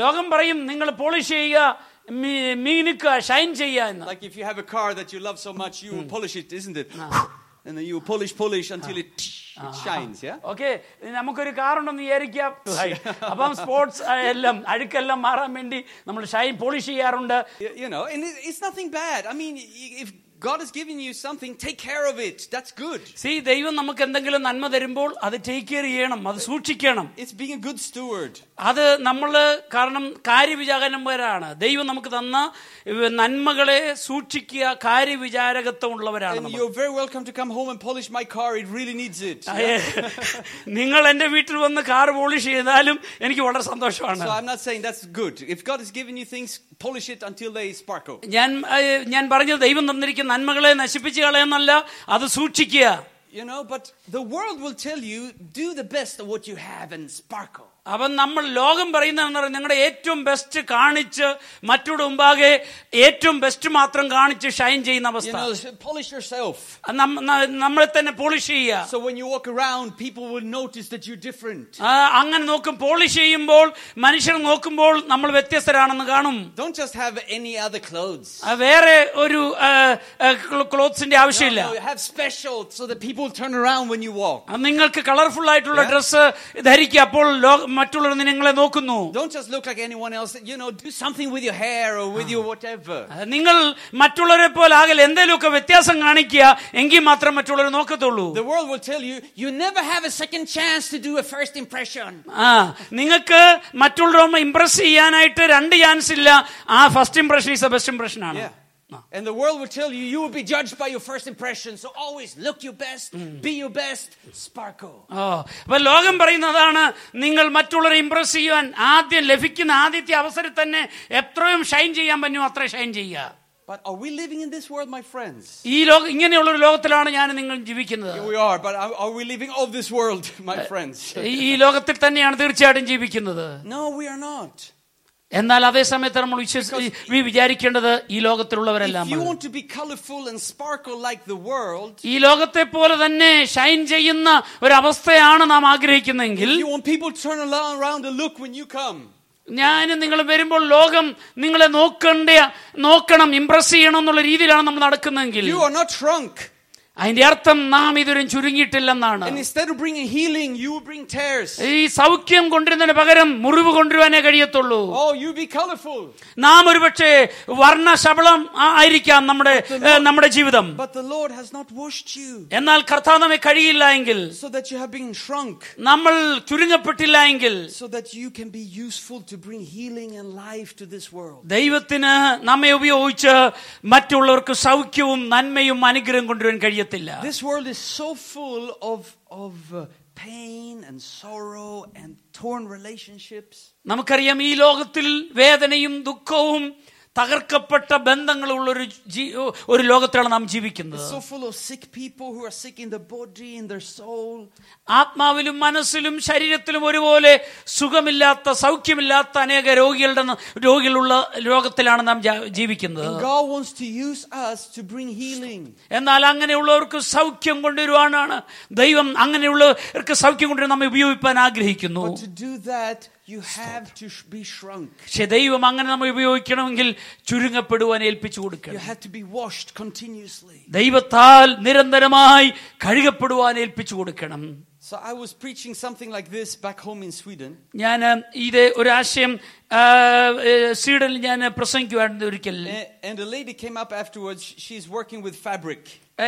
Speaker 1: ലോകം പറയും നിങ്ങൾ പോളിഷ് ചെയ്യുക മി- മിനുക്കുക ഷൈൻ ചെയ്യുക എന്ന്
Speaker 2: Like if you have a car that you love so much, you will polish it, isn't it? And then you polish, polish until it,
Speaker 1: Ah.
Speaker 2: it shines, yeah?
Speaker 1: Okay നമുക്കൊരു കാറുണ്ടെന്ന് വിചാരിക്കാം hi. അപ്പം sports എല്ലാം അഴുക്കെല്ലാം മാറാൻ വേണ്ടി നമ്മൾ shine polish ചെയ്യാറുണ്ട്
Speaker 2: Y- You know, and it, it's nothing bad. I mean, y- if God has given you something, take care of it. That's good.
Speaker 1: See ദൈവം നമുക്ക് എന്തെങ്കിലും നന്മ തരുമ്പോൾ അത് ടേക്ക് കെയർ ചെയ്യണം അത് സൂക്ഷിക്കണം
Speaker 2: It's being a good steward.
Speaker 1: അത് നമ്മൾ കാരണം കാര്യവിചാരകന്മാരാണ് ദൈവം നമുക്ക് തന്ന ഇവ- നന്മകളെ സൂക്ഷിക്കുക കാര്യവിചാരകത്വം ഉള്ളവരാണ്
Speaker 2: And
Speaker 1: നമ്മൾ.
Speaker 2: you're very welcome to come home and polish my car. It really needs it.
Speaker 1: ഏ, നിങ്ങൾ എന്റെ വീട്ടിൽ വന്ന് കാർ പോളിഷ് ചെയ്താലും എനിക്ക് വളരെ സന്തോഷമാണ്
Speaker 2: So I'm not saying that's good. If God has given you things, polish it until they sparkle.
Speaker 1: ഞാൻ ഏ, ഞാൻ പറഞ്ഞത് ദൈവം തന്നിരിക്കുന്ന നന്മകളെ നശിപ്പിച്ച് കളയുന്നല്ല അത് സൂക്ഷിക്കുക
Speaker 2: You know, but the world will tell you, do the best of what you have and sparkle.
Speaker 1: അവൻ നമ്മൾ ലോകം പറയുന്നതെന്ന് പറഞ്ഞാൽ നിങ്ങളുടെ ഏറ്റവും ബെസ്റ്റ് കാണിച്ച് മറ്റുള്ള മുമ്പാകെ ഏറ്റവും ബെസ്റ്റ് മാത്രം കാണിച്ച് ഷൈൻ ചെയ്യുന്ന
Speaker 2: You
Speaker 1: അവസ്ഥ
Speaker 2: know, s- polish yourself.
Speaker 1: അത് നമ്മ- ന- നമ്മളെ തന്നെ പോളിഷ് ചെയ്യുക
Speaker 2: So when you walk around, people will notice that you're different.
Speaker 1: ആ, അങ്ങനെ നോക്കും പോളിഷ് ചെയ്യുമ്പോൾ മനുഷ്യർ നോക്കുമ്പോൾ നമ്മൾ വ്യത്യസ്തരാണെന്ന് കാണും
Speaker 2: Don't just have any other clothes.
Speaker 1: ആ, വേറെ ഒരു ആ, ആ, ക്ലോ- ക്ലോത്സിന്റെ ആവശ്യമില്ല
Speaker 2: No, have special so that people turn around when you walk.
Speaker 1: ആ, നിങ്ങൾക്ക് കളർഫുൾ ആയിട്ടുള്ള ഡ്രസ്സ് ധരിക്കുക അപ്പോൾ ലോ- മറ്റുള്ളവർ നിങ്ങളെ നോക്കുന്നു
Speaker 2: Don't just look like anyone else. You know, do something with your hair or with your whatever.
Speaker 1: ആ, നിങ്ങൾ മറ്റുള്ളവരെ പോലെ ആകെ എന്തെങ്കിലുമൊക്കെ വ്യത്യാസം കാണിക്കുക എങ്കിൽ മാത്രം മറ്റുള്ളവർ നോക്കത്തുള്ളൂ
Speaker 2: The world will tell you, you never have a second chance to do a first impression.
Speaker 1: ആ നിങ്ങൾക്ക് മറ്റുള്ളവരെ ഇംപ്രസ് ചെയ്യാനായിട്ട് രണ്ട് ചാൻസ് ഇല്ല ആ first impression is the best impression ആണ്
Speaker 2: And the world will tell you, you will be judged by your first impression. So always look your best, be your best, sparkle.
Speaker 1: ഓ അപ്പൊ ലോകം പറയുന്നതാണ് നിങ്ങൾ മറ്റുള്ളവരെ ഇംപ്രസ് ചെയ്യുവാൻ ആദ്യം ലഭിക്കുന്ന ആദ്യത്തെ അവസരത്തിൽ തന്നെ എത്രയും ഷൈൻ ചെയ്യാൻ പറ്റുമോ അത്ര ഷൈൻ ചെയ്യുക
Speaker 2: But are we living in this world, my friends?
Speaker 1: ഈ ലോക ഇങ്ങനെയുള്ള ഒരു ലോകത്തിലാണ് ഞാൻ നിങ്ങൾ ജീവിക്കുന്നത്
Speaker 2: We are, but are are we living of this world, my friends?
Speaker 1: ഈ- ഈ ലോകത്തിൽ തന്നെയാണ് തീർച്ചയായിട്ടും ജീവിക്കുന്നത്
Speaker 2: No, we are not.
Speaker 1: എന്നാൽ അതേ സമയത്ത് നമ്മൾ വിശ്വസി ഈ വിചാരിക്കേണ്ടത് ഈ ലോകത്തിലുള്ളവരെല്ലാം
Speaker 2: If you want to be colorful and sparkle like the world,
Speaker 1: ഈ ലോകത്തെ പോലെ തന്നെ ഷൈൻ ചെയ്യുന്ന ഒരു അവസ്ഥയാണ് നാം ആഗ്രഹിക്കുന്നതെങ്കിൽ
Speaker 2: if you want people to turn alo- around and look when you come,
Speaker 1: ഞാനും നിങ്ങൾ വരുമ്പോൾ ലോകം നിങ്ങളെ നോക്കണ്ട നോക്കണം ഇംപ്രസ് ചെയ്യണം എന്നുള്ള രീതിയിലാണ് നമ്മൾ നടക്കുന്നതെങ്കിൽ
Speaker 2: you are not shrunk.
Speaker 1: അതിന്റെ അർത്ഥം നാം ഇതുവരും ചുരുങ്ങിയിട്ടില്ലെന്നാണ്
Speaker 2: And instead of bringing healing, you will bring tears.
Speaker 1: ഈ സൗഖ്യം കൊണ്ടുവരുന്നതിന് പകരം മുറിവ് കൊണ്ടുവരാനേ കഴിയത്തുള്ളൂ
Speaker 2: Oh, you be colorful.
Speaker 1: നാം ഒരുപക്ഷെ വർണ്ണ ശബളം ആ- ആയിരിക്കാം നമ്മുടെ ഏഹ്, നമ്മുടെ ജീവിതം
Speaker 2: But the Lord has not washed you
Speaker 1: എന്നാൽ കർത്താവ് നമ്മെ കഴിയില്ല എങ്കിൽ
Speaker 2: so that you have been shrunk,
Speaker 1: നമ്മൾ ചുരുങ്ങപ്പെട്ടില്ല എങ്കിൽ
Speaker 2: so that you can be useful to bring healing and life to this world.
Speaker 1: ദൈവത്തിന് നമ്മെ ഉപയോഗിച്ച് മറ്റുള്ളവർക്ക് സൗഖ്യവും നന്മയും അനുഗ്രഹം കൊണ്ടുവരാൻ കഴിയത്തില്ല
Speaker 2: This world is so full of, of uh, pain and sorrow and torn relationships.
Speaker 1: നമുക്കറിയാം ഈ ലോകത്തിൽ വേദനയും ദുഃഖവും തകർക്കപ്പെട്ട ബന്ധങ്ങളുള്ള ഒരു ജീ- ഒരു ലോകത്തിലാണ് നാം ജീവിക്കുന്നത്
Speaker 2: So full of sick people who are sick in their body, in their soul.
Speaker 1: ആത്മാവിലും മനസ്സിലും ശരീരത്തിലും ഒരുപോലെ സുഖമില്ലാത്ത സൗഖ്യമില്ലാത്ത അനേക രോഗികളുടെ ന- രോഗികളുള്ള ലോകത്തിലാണ് നാം ജാ- ജീവിക്കുന്നത്
Speaker 2: God wants to use us to bring healing.
Speaker 1: എന്നാൽ അങ്ങനെയുള്ളവർക്ക് സൗഖ്യം കൊണ്ടുവരുവാനാണ് ദൈവം അങ്ങനെയുള്ളവർക്ക് സൗഖ്യം കൊണ്ടുവരാൻ നമ്മെ ഉപയോഗിക്കാൻ ആഗ്രഹിക്കുന്നു
Speaker 2: But to do that, you have to sh- be shrunk.
Speaker 1: പക്ഷെ ദൈവം അങ്ങനെ നമ്മെ ഉപയോഗിക്കണമെങ്കിൽ ചുരുങ്ങപ്പെടുവാൻ ഏൽപ്പിച്ചു
Speaker 2: You
Speaker 1: കൊടുക്കണം
Speaker 2: have to be washed continuously.
Speaker 1: ദൈവത്താൽ നിരന്തരമായി കഴുകപ്പെടുവാൻ ഏൽപ്പിച്ചു കൊടുക്കണം
Speaker 2: So I was preaching something like this back home in Sweden.
Speaker 1: ഞാൻ ഇത് ഒരാശയം ആ, ഏ, സ്വീഡനിൽ ഞാൻ പ്രസംഗിക്കുവായിരുന്നു ഒരിക്കൽ
Speaker 2: A- And Oh, a lady came up afterwards. She's working with fabric.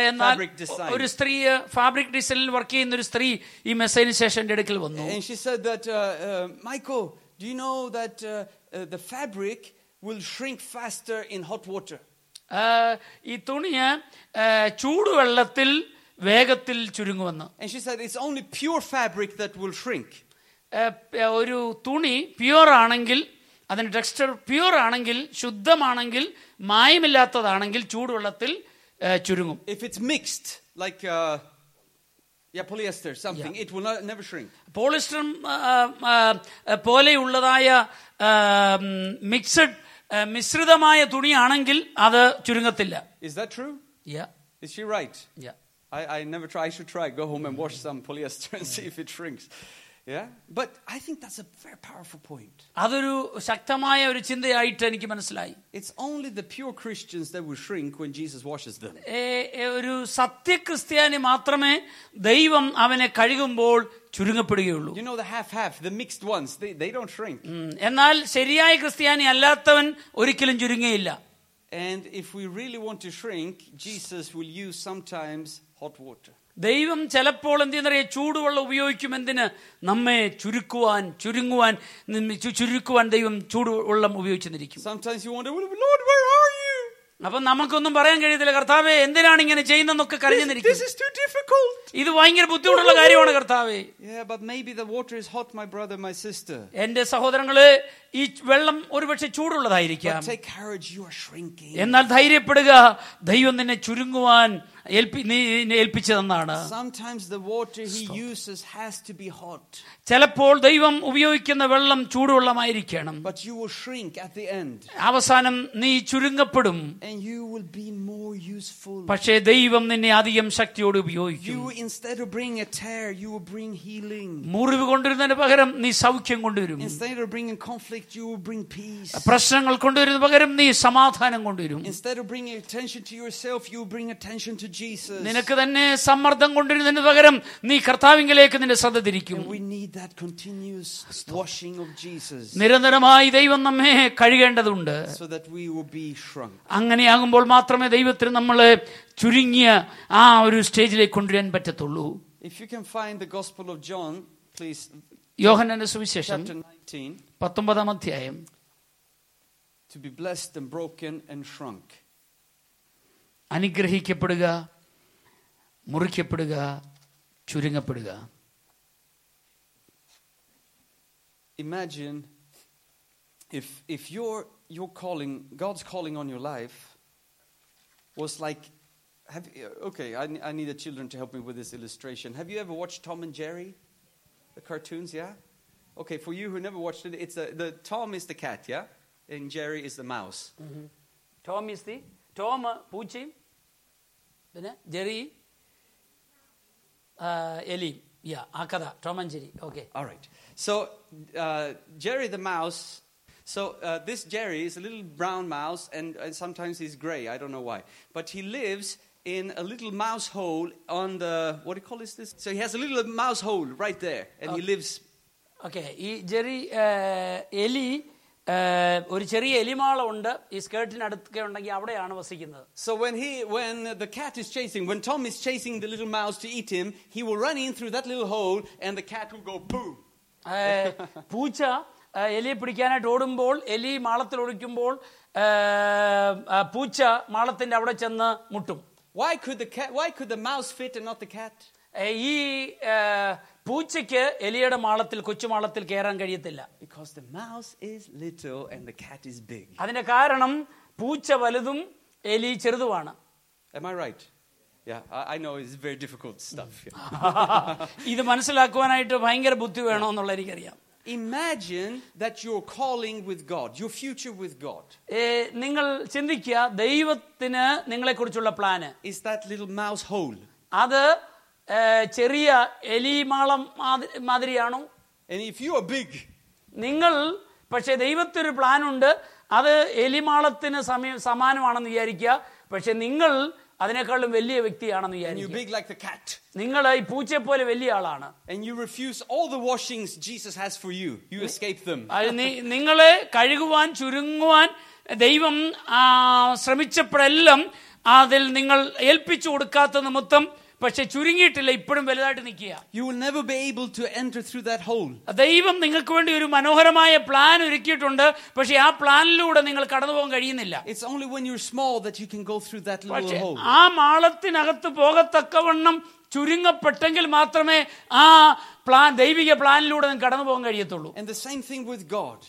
Speaker 1: എന്നാൽ
Speaker 2: Fabric design.
Speaker 1: ഒരു സ്ത്രീ ഫാബ്രിക് ഡിസൈനിൽ വർക്ക് ചെയ്യുന്ന ഒരു സ്ത്രീ ഈ മെസ്സേജിന് ശേഷം എൻ്റെ അടുക്കൽ വന്നു
Speaker 2: And she said that, uh, uh, Michael, do you know that uh, uh, the fabric will shrink faster in hot water?
Speaker 1: ആ, ഈ തുണിയെ ആ, ചൂടുവെള്ളത്തിൽ വേഗത്തിൽ ചുരുങ്ങുമെന്ന്
Speaker 2: And she said, it's only pure fabric that will shrink.
Speaker 1: ആ, പ- ഒരു തുണി pure ആണെങ്കിൽ അതിന്റെ ടെക്സ്ചർ പ്യുവർ ആണെങ്കിൽ ശുദ്ധമാണെങ്കിൽ മായമില്ലാത്തതാണെങ്കിൽ ചൂടുവെള്ളത്തിൽ ആ, ചുരുങ്ങും
Speaker 2: If it's mixed, like uh, yeah, polyester, something, it will not, never shrink.
Speaker 1: Polyester പോലെയുള്ളതായ മിക്സഡ് മിശ്രിതമായ തുണിയാണെങ്കിൽ അത് ചുരുങ്ങത്തില്ല
Speaker 2: Is that true?
Speaker 1: Yeah,
Speaker 2: Is she right?
Speaker 1: yeah.
Speaker 2: I, I never try. I should try. Go home and wash some polyester and see if it shrinks. Yeah? But I think that's a very powerful point.
Speaker 1: അതൊരു ശക്തമായ ഒരു ചിന്തയായിട്ട് എനിക്ക് മനസ്സിലായി
Speaker 2: It's only the pure Christians that will shrink when Jesus washes them.
Speaker 1: ഏ- ഏ- ഒരു സത്യക്രിസ്ത്യാനി മാത്രമേ ദൈവം അവനെ കഴുകുമ്പോൾ ചുരുങ്ങപ്പെടുകയുള്ളൂ
Speaker 2: You know, the half half, the mixed ones, they, they don't shrink.
Speaker 1: ഉം, എന്നാൽ ശരിയായ ക്രിസ്ത്യാനി അല്ലാത്തവൻ ഒരിക്കലും ചുരുങ്ങിയില്ല
Speaker 2: And if we really want to shrink, Jesus will use sometimes hot water.
Speaker 1: ദൈവം ചിലപ്പോൾ എന്തിനറിയ ചൂടുവെള്ളം ഉപയോഗിക്കും എന്തിന് നമ്മെ ചുരുക്കുവാൻ ചുരുങ്ങുവാൻ നിന്ന് ചു- ചുരുക്കുവാൻ ദൈവം ചൂടുവെള്ളം ഉപയോഗിച്ചു തന്നിരിക്കും
Speaker 2: Sometimes you wonder, Lord, where
Speaker 1: അപ്പം നമുക്കൊന്നും പറയാൻ കഴിയത്തില്ല കർത്താവെ എന്തിനാണ് ഇങ്ങനെ ചെയ്യുന്നതെന്നൊക്കെ
Speaker 2: are you? This, this
Speaker 1: കരഞ്ഞെന്നിരിക്കും
Speaker 2: is too difficult.
Speaker 1: ഇത് ഭയങ്കര ബുദ്ധിമുട്ടുള്ള കാര്യമാണ് കർത്താവേ
Speaker 2: Yeah, but maybe the water is hot, my brother, my sister.
Speaker 1: എന്റെ സഹോദരങ്ങളെ ഈ വെള്ളം ഒരുപക്ഷെ
Speaker 2: But
Speaker 1: ചൂടുള്ളതായിരിക്കാം
Speaker 2: take courage, you are shrinking.
Speaker 1: എന്നാൽ ധൈര്യപ്പെടുക ദൈവം നിന്നെ ചുരുങ്ങുവാൻ ഏൽപ്പി നീ നിന്നെ ഏൽപ്പിച്ചു തന്നാണ്
Speaker 2: Sometimes the water he uses has to be hot,
Speaker 1: ചിലപ്പോൾ ദൈവം ഉപയോഗിക്കുന്ന വെള്ളം ചൂടുവെള്ളമായിരിക്കണം
Speaker 2: but you will shrink at the end
Speaker 1: അവസാനം നീ ചുരുങ്ങപ്പെടും
Speaker 2: and you will be more useful.
Speaker 1: പക്ഷേ ദൈവം നിന്നെ അധികം ശക്തിയോട് ഉപയോഗിക്കും
Speaker 2: You, instead of bringing a tear, you will bring healing.
Speaker 1: മുറിവ് കൊണ്ടുവരുന്നതിന് പകരം നീ സൗഖ്യം കൊണ്ടുവരും
Speaker 2: Instead of bringing conflict, you will bring peace.
Speaker 1: പ്രശ്നങ്ങൾ കൊണ്ടുവരുന്ന പകരം നീ സമാധാനം കൊണ്ടുവരും
Speaker 2: Instead of bringing attention to yourself, you bring attention to Jesus.
Speaker 1: നിനക്ക് തന്നെ സമ്മർദ്ദം കൊണ്ടുവരുന്നതിന് പകരം നീ കർത്താവിങ്കിലേക്ക് നിന്റെ ശ്രദ്ധ തിരിക്കും
Speaker 2: And we need that continuous washing of Jesus
Speaker 1: നിരന്തരമായി ദൈവം നമ്മെ കഴുകേണ്ടതുണ്ട്
Speaker 2: so that we will be shrunk.
Speaker 1: അങ്ങനെയാകുമ്പോൾ മാത്രമേ ദൈവത്തിന് നമ്മളെ ചുരുങ്ങിയ ആ ഒരു സ്റ്റേജിലേക്ക് കൊണ്ടുവരാൻ പറ്റത്തുള്ളൂ
Speaker 2: If you can find the Gospel of John, please,
Speaker 1: യോഹനന്റെ സുവിശേഷം
Speaker 2: chapter 19,
Speaker 1: പത്തൊമ്പതാം അധ്യായം
Speaker 2: to be blessed and broken and shrunk.
Speaker 1: അനുഗ്രഹിക്കപ്പെടുക മുറിക്കപ്പെടുക ചുരുങ്ങപ്പെടുക
Speaker 2: Imagine if, if your, your calling, God's calling on your life, was like. Have, you- okay, I, ne- I need the children to help me with this illustration. Have you ever watched Tom and Jerry? The cartoons, yeah? Okay, for you who never watched it, it's a, the Tom is the cat, yeah? And Jerry is the mouse.
Speaker 1: Tom is the Tom പൂച്ചയും പിന്നെ Jerry എലിയും യാ ആ കഥ Tom and Jerry okay
Speaker 2: All right. So uh, Jerry the mouse. So uh, this Jerry is a little brown mouse, and, and sometimes he's gray. I don't know why, but he lives in a little mouse hole on the what do you call this? this? So he has a little mouse hole right there, and he lives.
Speaker 1: Okay ഈ Jerry ഏഹ്, എലി ഏഹ്, ഒരു ചെറിയ എലിമാളമുണ്ട് ഈ സ്കേർട്ടിനടുത്തൊക്കെ ഉണ്ടെങ്കിൽ അവിടെയാണ് വസിക്കുന്നത്
Speaker 2: So when he when the cat is chasing, when Tom is chasing the little mouse to eat him, he will run in through that little hole, and the cat will go boom.
Speaker 1: ഏഹ്, പൂച്ച ഏഹ്, എലിയെ പിടിക്കാനായിട്ട് ഓടുമ്പോൾ എലി മാളത്തിൽ ഒളിക്കുമ്പോൾ ഏഹ്, ആ പൂച്ച മാളത്തിന്റെ അവിടെ ചെന്ന് മുട്ടും
Speaker 2: Why could the cat? Why could the mouse fit and not the cat?
Speaker 1: ഏഹ്, ഈ ഏഹ്, പൂച്ചയ്ക്ക് എലിയുടെ മാളത്തിൽ കൊച്ചുമാളത്തിൽ കയറാൻ കഴിയത്തില്ല
Speaker 2: Because the mouse is little and the cat is big.
Speaker 1: അതിന്റെ കാരണം പൂച്ച വലുതും എലി ചെറുതുമാണ്
Speaker 2: Am I right? Yeah, I, I know it's very difficult stuff. yeah.
Speaker 1: ഇത് മനസ്സിലാക്കുവാനായിട്ട് ഭയങ്കര ബുദ്ധി വേണമെന്നുള്ള എനിക്കറിയാം
Speaker 2: Imagine that you're calling with God, your future with God.
Speaker 1: ഏ, നിങ്ങൾ ചിന്തിക്കുക ദൈവത്തിന് നിങ്ങളെക്കുറിച്ചുള്ള plan
Speaker 2: Is that little mouse hole?
Speaker 1: അത് ഏ, ചെറിയ എലിമാളം മാതി- മാതിരിയാണോ
Speaker 2: And if you are big,
Speaker 1: നിങ്ങൾ പക്ഷേ ദൈവത്തിനൊരു പ്ലാനുണ്ട് അത് എലിമാളത്തിന് സമയം സമാനമാണെന്ന് വിചാരിക്കുക പക്ഷെ നിങ്ങൾ അതിനേക്കാളും വലിയ വ്യക്തിയാണെന്ന്
Speaker 2: and you're
Speaker 1: വിചാരിക്കുക
Speaker 2: big like the cat,
Speaker 1: നിങ്ങൾ ഈ പൂച്ചയെ പോലെ വലിയ ആളാണ്
Speaker 2: and you refuse all the washings Jesus has for you, you escape them.
Speaker 1: അത് നി- നിങ്ങളെ കഴുകുവാൻ ചുരുങ്ങുവാൻ ദൈവം ആ, ശ്രമിച്ചപ്പോഴെല്ലാം അതിൽ നിങ്ങൾ ഏൽപ്പിച്ചു കൊടുക്കാത്ത നിമിത്തം പക്ഷെ ചുരുങ്ങിയിട്ടില്ല ഇപ്പോഴും വലുതായിട്ട് നിൽക്കുക
Speaker 2: You will never be able to enter through that hole.
Speaker 1: ദൈവം നിങ്ങൾക്ക് വേണ്ടി ഒരു മനോഹരമായ പ്ലാൻ ഒരുക്കിയിട്ടുണ്ട് പക്ഷെ ആ പ്ലാനിലൂടെ നിങ്ങൾ കടന്നു പോകാൻ കഴിയുന്നില്ല
Speaker 2: It's only when you're small that you can go through that little
Speaker 1: പക്ഷേ
Speaker 2: hole.
Speaker 1: ആ മാളത്തിനകത്ത് പോകത്തക്കവണ്ണം ചുരുങ്ങപ്പെട്ടെങ്കിൽ മാത്രമേ ആ പ്ലാൻ ദൈവിക പ്ലാനിലൂടെ നിങ്ങൾക്ക് കടന്നു പോകാൻ കഴിയത്തുള്ളൂ
Speaker 2: And the same thing with God.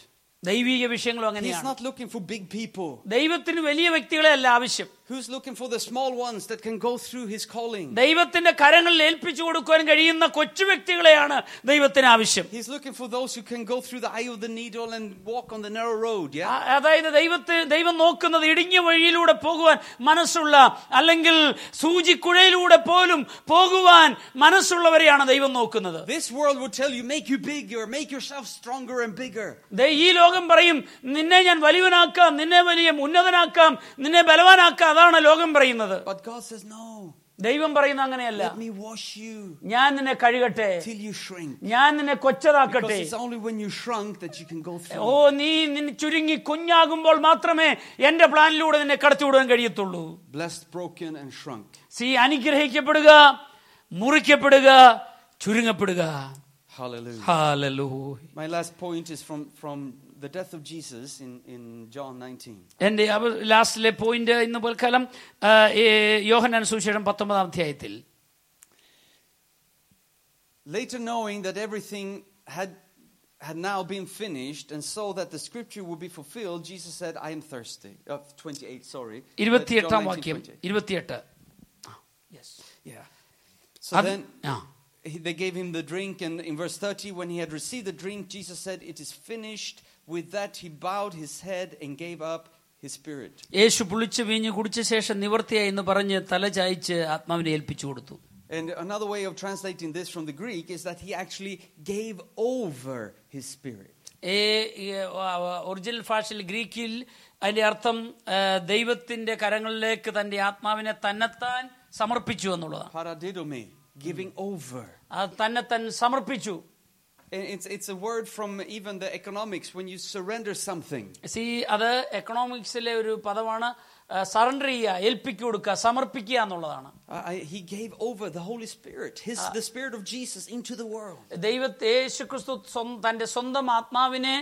Speaker 1: ദൈവിക വിഷയങ്ങളും
Speaker 2: He's
Speaker 1: അങ്ങനെയാണ്
Speaker 2: not looking for big people.
Speaker 1: ദൈവത്തിന് വലിയ വ്യക്തികളെ അല്ല ആവശ്യം
Speaker 2: Who's looking for the small ones that can go through his calling?
Speaker 1: ദൈവത്തിന്റെ കരങ്ങളിൽ ഏൽപ്പിച്ചു കൊടുക്കുവാൻ കഴിയുന്ന കൊച്ചു വ്യക്തികളെയാണ് ദൈവത്തിന് ആവശ്യം
Speaker 2: He's looking for those who can go through the eye of the needle and walk on the narrow road, yeah?
Speaker 1: ആ- അതായത് ദൈവത്തെ ദൈവം നോക്കുന്നത് ഇടുങ്ങിയ വഴിയിലൂടെ പോകുവാൻ മനസ്സുള്ള അല്ലെങ്കിൽ സൂചിക്കുഴയിലൂടെ പോലും പോകുവാൻ മനസ്സുള്ളവരെയാണ് ദൈവം നോക്കുന്നത്
Speaker 2: This world would tell you, make you bigger, make yourself stronger and bigger.
Speaker 1: ദേ ഈ ലോകം പറയും നിന്നെ ഞാൻ വലിയവനാക്കാം നിന്നെ വലിയ ഉന്നതനാക്കാം നിന്നെ ബലവാനാക്കാം അതാണ് ലോകം പറയുന്നത്
Speaker 2: But God says, no,
Speaker 1: ദൈവം പറയുന്ന അങ്ങനെയല്ല
Speaker 2: let me wash you
Speaker 1: ഞാൻ നിന്നെ കഴുകട്ടെ
Speaker 2: till you shrink.
Speaker 1: ഞാൻ നിന്നെ
Speaker 2: Because
Speaker 1: കൊച്ചതാക്കട്ടെ
Speaker 2: it's only when you shrunk that you can go through.
Speaker 1: ഓ നീ നിന്നെ ചുരുങ്ങി കുഞ്ഞാകുമ്പോൾ മാത്രമേ എന്റെ പ്ലാനിലൂടെ നിന്നെ കടത്തിവിടാൻ കഴിയത്തുള്ളൂ
Speaker 2: Blessed, broken, and shrunk.
Speaker 1: See അനുഗ്രഹിക്കപ്പെടുക മുറിക്കപ്പെടുക ചുരുങ്ങപ്പെടുക
Speaker 2: Hallelujah.
Speaker 1: ഹാലലൂയ.
Speaker 2: My last point is from, from the death of Jesus in, in John 19.
Speaker 1: എന്റെ അവ- ലാസ്റ്റിലെ പോയിന്റ് ഇന്ന് പോൽക്കാലം യോഹനാൻ സുവിശേഷം പത്തൊമ്പതാം അധ്യായത്തിൽ
Speaker 2: Later, knowing that everything had, had now been finished, and so that the scripture would be fulfilled, Jesus said, I am thirsty. Uh, 28, sorry. Uh, John
Speaker 1: ഇരുപത്തിയെട്ടാം
Speaker 2: 19,
Speaker 1: വാക്യം
Speaker 2: 28.
Speaker 1: ഇരുപത്തിയെട്ട്
Speaker 2: Yeah. So
Speaker 1: അത്
Speaker 2: then
Speaker 1: ആ.
Speaker 2: he, they gave him the drink, and in verse 30, when he had received the drink, Jesus said, It is finished. With that, he bowed his head and gave up his spirit.
Speaker 1: യേശു പുളിച്ച് വീഞ്ഞ് കുടിച്ച ശേഷം നിവർത്തിയായി എന്ന് പറഞ്ഞ് തല ചായ്ച്ച് ആത്മാവിനെ ഏൽപ്പിച്ചു കൊടുത്തു
Speaker 2: And another way of translating this from the Greek is that he actually gave over his spirit.
Speaker 1: ഏ ഈ, ആ, ഒറിജിനൽ ഭാഷയിൽ ഗ്രീക്കിൽ അതിന്റെ അർത്ഥം ആ, ദൈവത്തിന്റെ കരങ്ങളിലേക്ക് തന്റെ ആത്മാവിനെ തന്നെത്താൻ സമർപ്പിച്ചു എന്നുള്ളതാണ്
Speaker 2: Paradidome, giving over.
Speaker 1: ആ തന്നെത്താൻ സമർപ്പിച്ചു
Speaker 2: And It's, it's a word from even the economics when you surrender something.
Speaker 1: See അത് എക്കണോമിക്സിലെ ഒരു പദമാണ് സറണ്ടർ ചെയ്യുക ഏൽപ്പിച്ചു കൊടുക്കുക സമർപ്പിക്കുക എന്നുള്ളതാണ്
Speaker 2: I, I, he gave over the Holy Spirit, his, the Spirit of Jesus, into the world.
Speaker 1: ദൈവത്തെ യേശുക്രിസ്തു സ്വ- തന്റെ സ്വന്തം ആത്മാവിനെ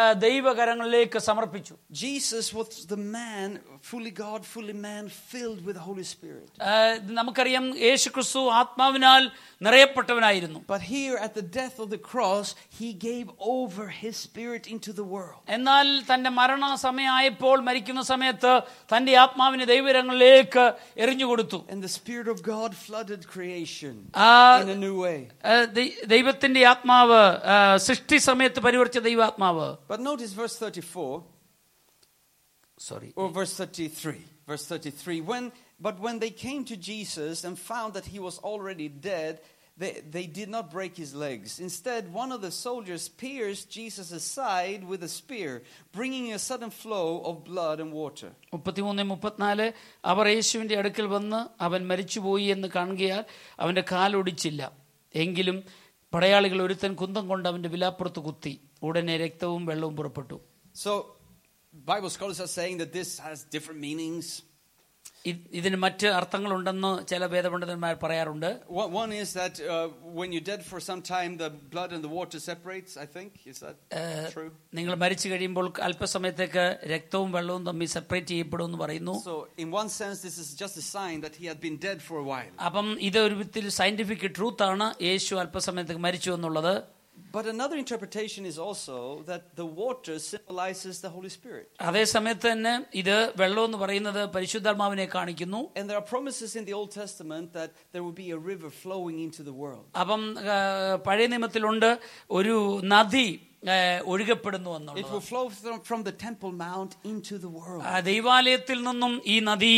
Speaker 1: ആ, ദൈവകരങ്ങളിലേക്ക് സമർപ്പിച്ചു
Speaker 2: Jesus was the man, fully God, fully man, filled with the Holy Spirit.
Speaker 1: ആ, നമുക്കറിയാം യേശുക്രിസ്തു ആത്മാവിനാൽ നിറയപ്പെട്ടവനായിരുന്നു
Speaker 2: But here at the death of the cross, he gave over his spirit into the world.
Speaker 1: എന്നാൽ തന്റെ മരണ സമയമായപ്പോൾ മരിക്കുന്ന സമയത്ത് തന്റെ ആത്മാവിനെ ദൈവരങ്ങളിലേക്ക് എറിഞ്ഞു കൊടുത്തു
Speaker 2: And the Spirit of God flooded creation
Speaker 1: ആ
Speaker 2: in a new way.
Speaker 1: ആ, ദൈ- ദൈവത്തിന്റെ ആത്മാവ് ആ, സൃഷ്ടി സമയത്ത് പരിവർത്തിച്ച ദൈവാത്മാവ്
Speaker 2: But notice verse 34
Speaker 1: sorry
Speaker 2: or verse 33. Verse 33. When, but when they came to Jesus and found that he was already dead, they, they did not break his legs. Instead, one of the soldiers pierced Jesus' side with a spear, bringing a sudden flow of blood and water.
Speaker 1: മുപ്പത്തിമൂന്ന് മുപ്പത്തിനാല് അവർ യേശുവിന്റെ അടുക്കൽ വന്ന് അവൻ മരിച്ചുപോയി എന്ന് കാണുകയാൽ അവന്റെ കാലൊടിച്ചില്ല എങ്കിലും പടയാളികൾ ഒരുത്തൻ കുന്തം കൊണ്ട് അവന്റെ വിലാപ്പുറത്ത് കുത്തി ഉടനെ രക്തവും വെള്ളവും പുറപ്പെട്ടു
Speaker 2: So, Bible scholars are saying that this has different meanings.
Speaker 1: ഇ- ഇതിന് മറ്റ് അർത്ഥങ്ങളുണ്ടെന്ന് ചില വേദപണ്ഡിതന്മാർ പറയാറുണ്ട്
Speaker 2: One one is that uh, when you're dead for some time, the blood and the water separates. I think is that true?
Speaker 1: നിങ്ങൾ മരിച്ചു കഴിയുമ്പോൾ അല്പസമയത്തേക്ക് രക്തവും വെള്ളവും തമ്മിൽ സെപ്പറേറ്റ് ചെയ്യപ്പെടും എന്ന് പറയുന്നു
Speaker 2: So, in one sense, this is just a sign that he had been dead for a while.
Speaker 1: അപ്പം ഇത് ഒരു വിധത്തിൽ സയന്റിഫിക് ട്രൂത്ത് ആണ് യേശു അല്പസമയത്തേക്ക് മരിച്ചു എന്നുള്ളത്
Speaker 2: But another interpretation is also that the water symbolizes the Holy Spirit,
Speaker 1: അതേ സമയത്ത് തന്നെ ഇത് വെള്ളം എന്ന് പറയുന്നത് പരിശുദ്ധാത്മാവിനെ കാണിക്കുന്നു
Speaker 2: and there are promises in the Old Testament that there will be a river flowing into the world.
Speaker 1: അപ്പം ആ, പഴയ നിയമത്തിലുണ്ട് ഒരു നദി ആ, ഒഴുകപ്പെടുന്നു
Speaker 2: It
Speaker 1: എന്നുള്ളത്
Speaker 2: will flow from, from the Temple Mount into the world.
Speaker 1: ആ, ദൈവാലയത്തിൽ നിന്നും ഈ നദി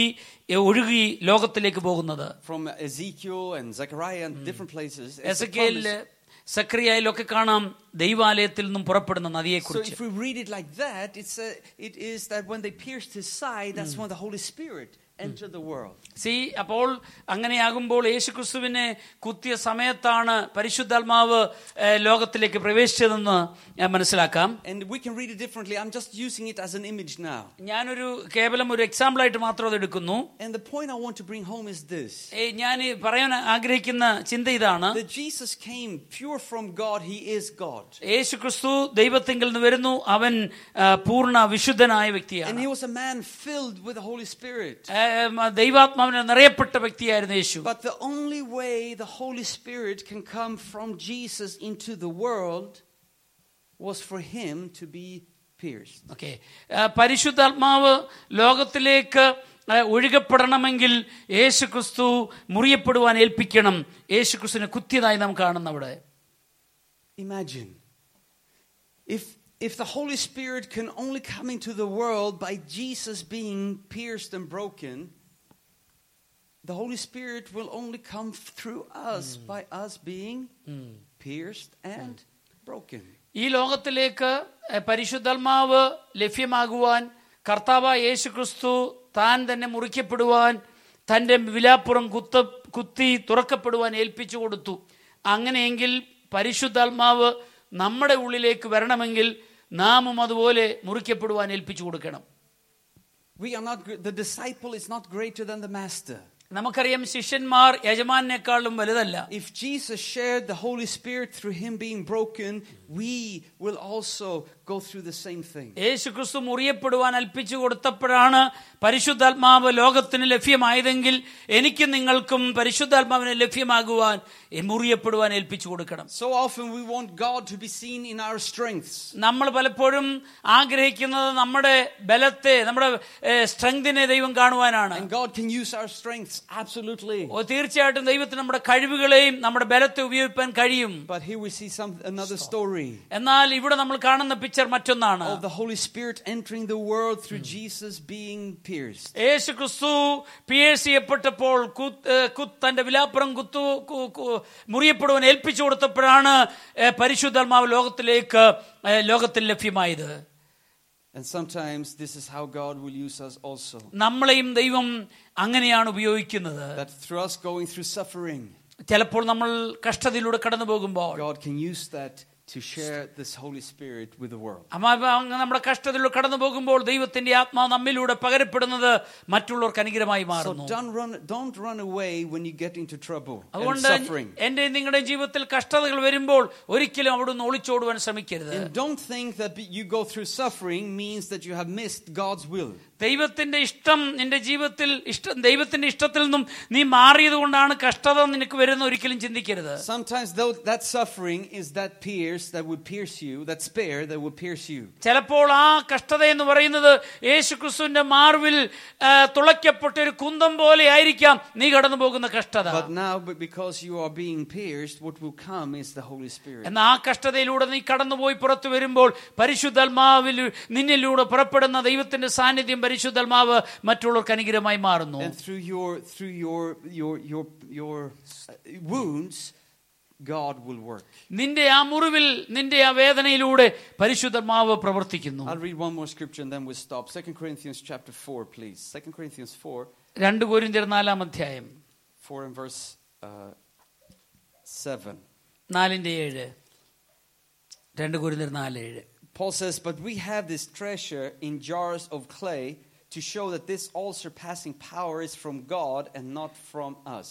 Speaker 1: ഒഴുകി ലോകത്തിലേക്ക് പോകുന്നത്
Speaker 2: From Ezekiel and Zechariah and different places. it's a
Speaker 1: എസക്കേലില്
Speaker 2: promise.
Speaker 1: സക്രിയയിലൊക്കെ കാണാം ദൈവാലയത്തിൽ നിന്നും പുറപ്പെടുന്ന
Speaker 2: So
Speaker 1: നദിയെക്കുറിച്ച്
Speaker 2: if we read it like that, it's a, it is that when they pierced his side, that's when the Holy Spirit enter the world.
Speaker 1: See അപ്പോൾ അങ്ങനെയാകുമ്പോൾ യേശുക്രിസ്തുവിനെ കുത്തിയ സമയത്താണ് പരിശുദ്ധാത്മാവ് ഏ, ലോകത്തിലേക്ക് പ്രവേശിച്ചതെന്ന് ഞാൻ മനസ്സിലാക്കാം
Speaker 2: And we can read it differently. I'm just using it as an image now.
Speaker 1: ഞാനൊരു കേവലം ഒരു എക്സാമ്പിളായിട്ട് മാത്രം അതെടുക്കുന്നു
Speaker 2: And the point I want to bring home is this
Speaker 1: ഏ, ഞാൻ ഈ പറയാൻ ആഗ്രഹിക്കുന്ന ചിന്ത ഇതാണ്
Speaker 2: that Jesus came pure from God, He is God.
Speaker 1: യേശുക്രിസ്തു ദൈവത്തിങ്കിൽ നിന്ന് വരുന്നു അവൻ ആ, പൂർണ്ണ വിശുദ്ധനായ
Speaker 2: And
Speaker 1: വ്യക്തിയാണ്
Speaker 2: He was a man filled with the Holy Spirit.
Speaker 1: ഏ, ഉം, ദൈവാത്മാവിനെ നിറയപ്പെട്ട വ്യക്തിയായിരുന്നു യേശു
Speaker 2: But the only way the Holy Spirit can come from Jesus into the world was for Him to be pierced.
Speaker 1: Okay പരിശുദ്ധാത്മാവ് ലോകത്തിലേക്ക് ആ, ഒഴുകപ്പെടണമെങ്കിൽ യേശു ക്രിസ്തു മുറിയപ്പെടുവാൻ ഏൽപ്പിക്കണം യേശു ക്രിസ്തുവിനെ കുത്തിയതായി നാം കാണുന്നു അവിടെ
Speaker 2: Imagine if if the Holy Spirit can only come into the world by Jesus being pierced and broken, the Holy Spirit will only come f- through us by us being pierced and broken.
Speaker 1: ഈ ലോകത്തിലേക്ക് ആ, പരിശുദ്ധാത്മാവ് ലഭ്യമാകുവാൻ കർത്താവ് യേശു ക്രിസ്തു താൻ തന്നെ മുറിക്കപ്പെടുവാൻ തൻ്റെ വിലാപ്പുറം കുത്ത കുത്തി തുറക്കപ്പെടുവാൻ ഏൽപ്പിച്ചു കൊടുത്തു അങ്ങനെയെങ്കിൽ പരിശുദ്ധാത്മാവ് നമ്മുടെ ഉള്ളിലേക്ക് വരണമെങ്കിൽ നാമും അതുപോലെ മുറിക്കപ്പെടുവാൻ ഏൽപ്പിച്ചു കൊടുക്കണം
Speaker 2: We are not gr- the disciple is not greater than the master.
Speaker 1: നമുക്കറിയാം ശിഷ്യന്മാർ യജമാനേക്കാളും വലുതല്ല
Speaker 2: If Jesus shared the Holy Spirit through him being broken, we will also go through the same thing.
Speaker 1: യേശു ക്രിസ്തു മുറിയപ്പെടുവാൻ അൽപ്പിച്ചു കൊടുത്തപ്പോഴാണ് പരിശുദ്ധാത്മാവ് ലോകത്തിന് ലഭ്യമായതെങ്കിൽ എനിക്കും നിങ്ങൾക്കും പരിശുദ്ധാത്മാവിനെ ലഭ്യമാകുവാൻ എ- മുറിയപ്പെടുവാൻ ഏൽപ്പിച്ചു കൊടുക്കണം
Speaker 2: So often we want God to be seen in our strengths.
Speaker 1: നമ്മൾ പലപ്പോഴും ആഗ്രഹിക്കുന്നത് നമ്മുടെ ബലത്തെ നമ്മുടെ സ്ട്രെങ്തിനെ ദൈവം കാണുവാനാണ്
Speaker 2: And God can use our strengths, absolutely.
Speaker 1: ഓ, തീർച്ചയായിട്ടും ദൈവത്തിന് നമ്മുടെ കഴിവുകളെയും നമ്മുടെ ബലത്തെ ഉപയോഗിക്കാൻ കഴിയും
Speaker 2: But here we see some, another story
Speaker 1: എന്നാൽ ഇവിടെ നമ്മൾ കാണുന്ന പിക്ചർ മറ്റൊന്നാണ്
Speaker 2: of the Holy Spirit entering the world through Jesus being pierced.
Speaker 1: യേശു ക്രിസ്തു പിയേഴ്സ് ചെയ്യപ്പെട്ടപ്പോൾ കുത്ത്- ഏ, കുത്ത് തന്റെ വിലാപ്പുറം കുത്തു കു- കു- മുറിയപ്പെടുവാൻ ഏൽപ്പിച്ചു കൊടുത്തപ്പോഴാണ് ഏ, പരിശുദ്ധാത്മാവ് ലോകത്തിലേക്ക് ഏ, ലോകത്തിൽ ലഭ്യമായത്
Speaker 2: And sometimes this is how God will use us also.
Speaker 1: നമ്മളെയും ദൈവം അങ്ങനെയാണ് ഉപയോഗിക്കുന്നത്
Speaker 2: That through us going through suffering,
Speaker 1: ചിലപ്പോൾ നമ്മൾ കഷ്ടതയിലൂടെ കടന്നു പോകുമ്പോൾ
Speaker 2: God can use that to share this Holy Spirit with the world.
Speaker 1: അമ്മ, അമ്മ, അങ്ങ് നമ്മുടെ കഷ്ടതയിലൂടെ കടന്നു പോകുമ്പോൾ ദൈവത്തിന്റെ ആത്മാവ് നമ്മിലൂടെ പകരപ്പെടുന്നത് മറ്റുള്ളവർക്ക് അനുഗ്രഹമായി
Speaker 2: So
Speaker 1: മാറുന്നു
Speaker 2: don't run, don't run away when you get into trouble and
Speaker 1: അതുകൊണ്ട്
Speaker 2: suffering.
Speaker 1: എന്റെ നിങ്ങളുടെ ജീവിതത്തിൽ കഷ്ടതകൾ വരുമ്പോൾ ഒരിക്കലും അവിടുന്ന് ഒളിച്ചോടുവാൻ ശ്രമിക്കരുത്
Speaker 2: And don't think that be- you go through suffering means that you have missed God's will.
Speaker 1: ദൈവത്തിന്റെ ഇഷ്ടം നിന്റെ ജീവിതത്തിൽ ഇഷ്ടം ദൈവത്തിന്റെ ഇഷ്ടത്തിൽ നിന്നും നീ മാറിയത് കൊണ്ടാണ് കഷ്ടത നിനക്ക് വരുന്ന ഒരിക്കലും ചിന്തിക്കരുത്
Speaker 2: Sometimes though that suffering is that pierce that would pierce you, that spear that will pierce you.
Speaker 1: ചിലപ്പോൾ ആ കഷ്ടത എന്ന് പറയുന്നത് യേശു ക്രിസ്തുവിന്റെ മാർവിൽ ആ, തുളയ്ക്കപ്പെട്ട ഒരു കുന്തം പോലെ ആയിരിക്കാം നീ കടന്നു പോകുന്ന കഷ്ടത
Speaker 2: But now but because you are being pierced, what will come is the Holy Spirit.
Speaker 1: എന്നാൽ ആ കഷ്ടതയിലൂടെ നീ കടന്നുപോയി പുറത്തു വരുമ്പോൾ പരിശുദ്ധാത്മാവിൽ നിന്നിലൂടെ പുറപ്പെടുന്ന ദൈവത്തിന്റെ സാന്നിധ്യം പരിശുദ്ധാത്മാവ് മറ്റുള്ളവർക്ക് അനുഗ്രഹമായി മാറുന്നു
Speaker 2: And through your through your your your your uh, wounds, God will work.
Speaker 1: നിന്റെ ആ മുറിവിൽ നിന്റെ ആ വേദനയിലൂടെ പരിശുദ്ധാത്മാവ് പ്രവർത്തിക്കുന്നു
Speaker 2: I'll read one more scripture and then we'll stop. Second Corinthians chapter four, please. Second Corinthians four,
Speaker 1: രണ്ട് കോരിന്തിയർ നാലാം അധ്യായം
Speaker 2: four and verse uh, seven.
Speaker 1: നാലിന്റെ ഏഴ് രണ്ട് കോരിന്തിയർ നാല് ഏഴ്
Speaker 2: Paul says, But we have this treasure in jars of clay to show that this all surpassing power is from God and not from us.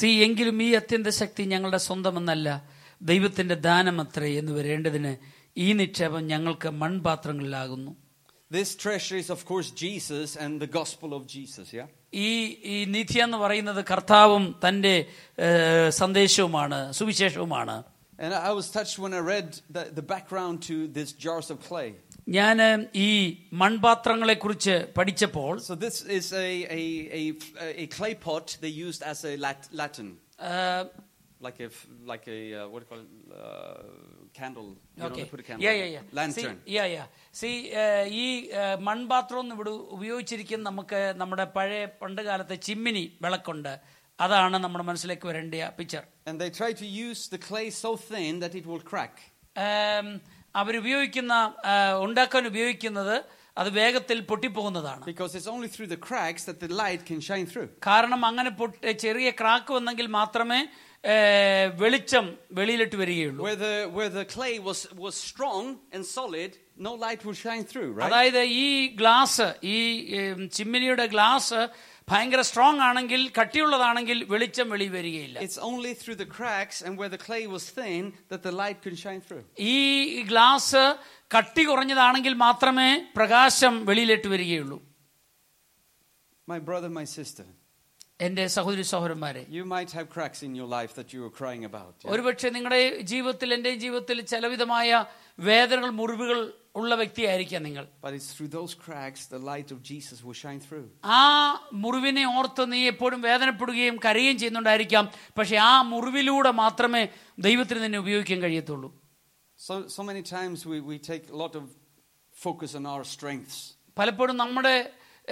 Speaker 1: See എങ്കിലും ഈ അത്യന്ത ശക്തി ഞങ്ങളുടെ സ്വന്തമെന്നല്ല ദൈവത്തിന്റെ ദാനമത്രേ എന്ന് വരേണ്ടതിന് ഈ നിക്ഷേപം ഞങ്ങൾക്ക് മൺപാത്രങ്ങളിലാകുന്നു
Speaker 2: This treasure is, of course, Jesus and the gospel of Jesus, yeah?
Speaker 1: ഈ ഈ നിധി എന്ന് പറയുന്നത് കർത്താവും തന്റെ ഏഹ്, സന്ദേശവുമാണ് സുവിശേഷവുമാണ്
Speaker 2: And I I was touched when I read the, the background to this jars of clay.
Speaker 1: ഞാൻ ഈ മൺപാത്രങ്ങളെക്കുറിച്ച് പഠിച്ചപ്പോൾ
Speaker 2: So, this is a, a, a, a clay pot they used as a lat, Latin,
Speaker 1: uh,
Speaker 2: like a, f- like a uh, what do you call it, uh, candle. You know,
Speaker 1: Okay.
Speaker 2: they put a candle.
Speaker 1: Yeah, yeah, yeah.
Speaker 2: Lantern.
Speaker 1: See, yeah, yeah. See, eh, ഈ eh, മൺപാത്രം എന്ന് ഇവിടെ ഉപയോഗിച്ചിരിക്കുന്ന നമുക്ക് നമ്മുടെ പഴയ പണ്ട് കാലത്തെ ചിമ്മിനി വിളക്കുണ്ട് അതാണ് നമ്മുടെ മനസ്സിലേക്ക് വരേണ്ട picture
Speaker 2: And they try to use the clay so thin that it will crack.
Speaker 1: Um, അവരുപയോഗിക്കുന്ന eh, ഉണ്ടാക്കാൻ uh, ഉപയോഗിക്കുന്നത് അത് വേഗത്തിൽ പൊട്ടിപ്പോകുന്നതാണ്
Speaker 2: Because it's only through the cracks that the light can shine through.
Speaker 1: കാരണം അങ്ങനെ പൊട്ടി- ചെറിയ ക്രാക്ക് വന്നെങ്കിൽ മാത്രമേ ഏ, വെളിച്ചം വെളിയിലിട്ട് വരികയുള്ളൂ
Speaker 2: Where the, where the clay was, was strong and solid, no light will shine through, right?
Speaker 1: അതായത് ഈ ഗ്ലാസ് ഈ ഏം, ചിമ്മിനിയുടെ ഗ്ലാസ് ഭയങ്കര സ്ട്രോങ് ആണെങ്കിൽ കട്ടിയുള്ളതാണെങ്കിൽ വെളിച്ചം വെളി വരികയില്ല
Speaker 2: It's only through the cracks and where the clay was thin that the light can shine through.
Speaker 1: ഈ glass കട്ടി കുറഞ്ഞതാണെങ്കിൽ മാത്രമേ പ്രകാശം വെളിയിലിട്ട് വരികയുള്ളൂ
Speaker 2: My brother, my sister,
Speaker 1: എന്റെ സഹോദരി സഹോദരന്മാരെ
Speaker 2: you might have cracks in your life that you were crying about. yeah?
Speaker 1: ഒരുപക്ഷെ നിങ്ങളുടെ ജീവിതത്തിൽ എൻ്റെ ജീവിതത്തിൽ ചിലവിധമായ വേദനകൾ മുറിവുകൾ ഉള്ള വ്യക്തിയായിരിക്കാം നിങ്ങൾ
Speaker 2: But it's through those cracks the light of Jesus will shine through.
Speaker 1: ആ മുറിവിനെ ഓർത്ത് നീ എപ്പോഴും വേദനപ്പെടുകയും കരയുകയും ചെയ്യുന്നുണ്ടായിരിക്കാം പക്ഷെ ആ മുറിവിലൂടെ മാത്രമേ ദൈവത്തിന് നിന്നെ ഉപയോഗിക്കാൻ കഴിയത്തുള്ളൂ
Speaker 2: So, so many times we, we take a lot of focus on our strengths.
Speaker 1: പലപ്പോഴും നമ്മുടെ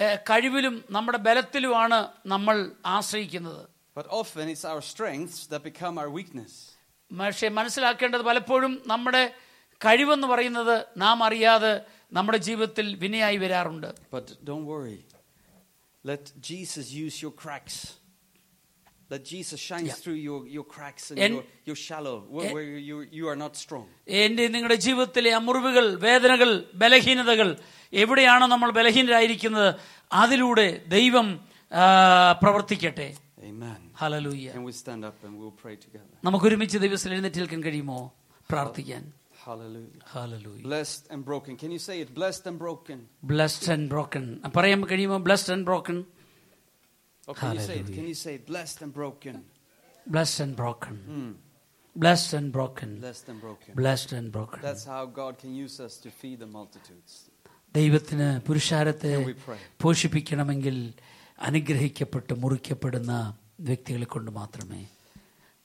Speaker 1: ഏഹ്, കഴിവിലും നമ്മുടെ ബലത്തിലുമാണ് നമ്മൾ ആശ്രയിക്കുന്നത്
Speaker 2: But often it's our strengths that become our weakness.
Speaker 1: പക്ഷേ മനസ്സിലാക്കേണ്ടത് പലപ്പോഴും നമ്മുടെ കഴിവെന്ന് പറയുന്നത് നാം അറിയാതെ നമ്മുടെ ജീവിതത്തിൽ വിനയായി വരാറുണ്ട്
Speaker 2: But don't worry. Let Jesus use your cracks. Let Jesus shines
Speaker 1: Yeah.
Speaker 2: through your, your cracks and,
Speaker 1: And-
Speaker 2: your, your shallow, where,
Speaker 1: And-
Speaker 2: where you, you are not strong.
Speaker 1: എൻ്റെ നിങ്ങളുടെ ജീവിതത്തിലെ ആ മുറിവുകൾ വേദനകൾ ബലഹീനതകൾ എവിടെയാണോ നമ്മൾ ബലഹീനരായിരിക്കുന്നത് അതിലൂടെ ദൈവം ആ, പ്രവർത്തിക്കട്ടെ
Speaker 2: Amen.
Speaker 1: ഹലലൂയ്യ
Speaker 2: Can we stand up and we'll pray together?
Speaker 1: നമുക്ക് ഒരുമിച്ച് ദൈവത്തിൽ എഴുന്നേറ്റ് നിൽക്കാൻ കഴിയുമോ പ്രാർത്ഥിക്കാൻ
Speaker 2: Hallelujah.
Speaker 1: ഹലലൂയ്യ
Speaker 2: Blessed and broken. Can you say it? Blessed and broken.
Speaker 1: Blessed and broken പറയാൻ കഴിയുമോ blessed and broken
Speaker 2: Or can you say it? Can you say it? Blessed and broken.
Speaker 1: Blessed and broken blessed and broken
Speaker 2: Blessed and broken.
Speaker 1: Blessed and broken
Speaker 2: That's how God can use us to feed the multitudes.
Speaker 1: ദൈവത്തിന് പുരുഷാരത്തെ
Speaker 2: Can we pray?
Speaker 1: പോഷിപ്പിക്കണമെങ്കിൽ അനുഗ്രഹിക്കപ്പെട്ട് മുറിക്കപ്പെടുന്ന വ്യക്തികളെ കൊണ്ട് മാത്രമേ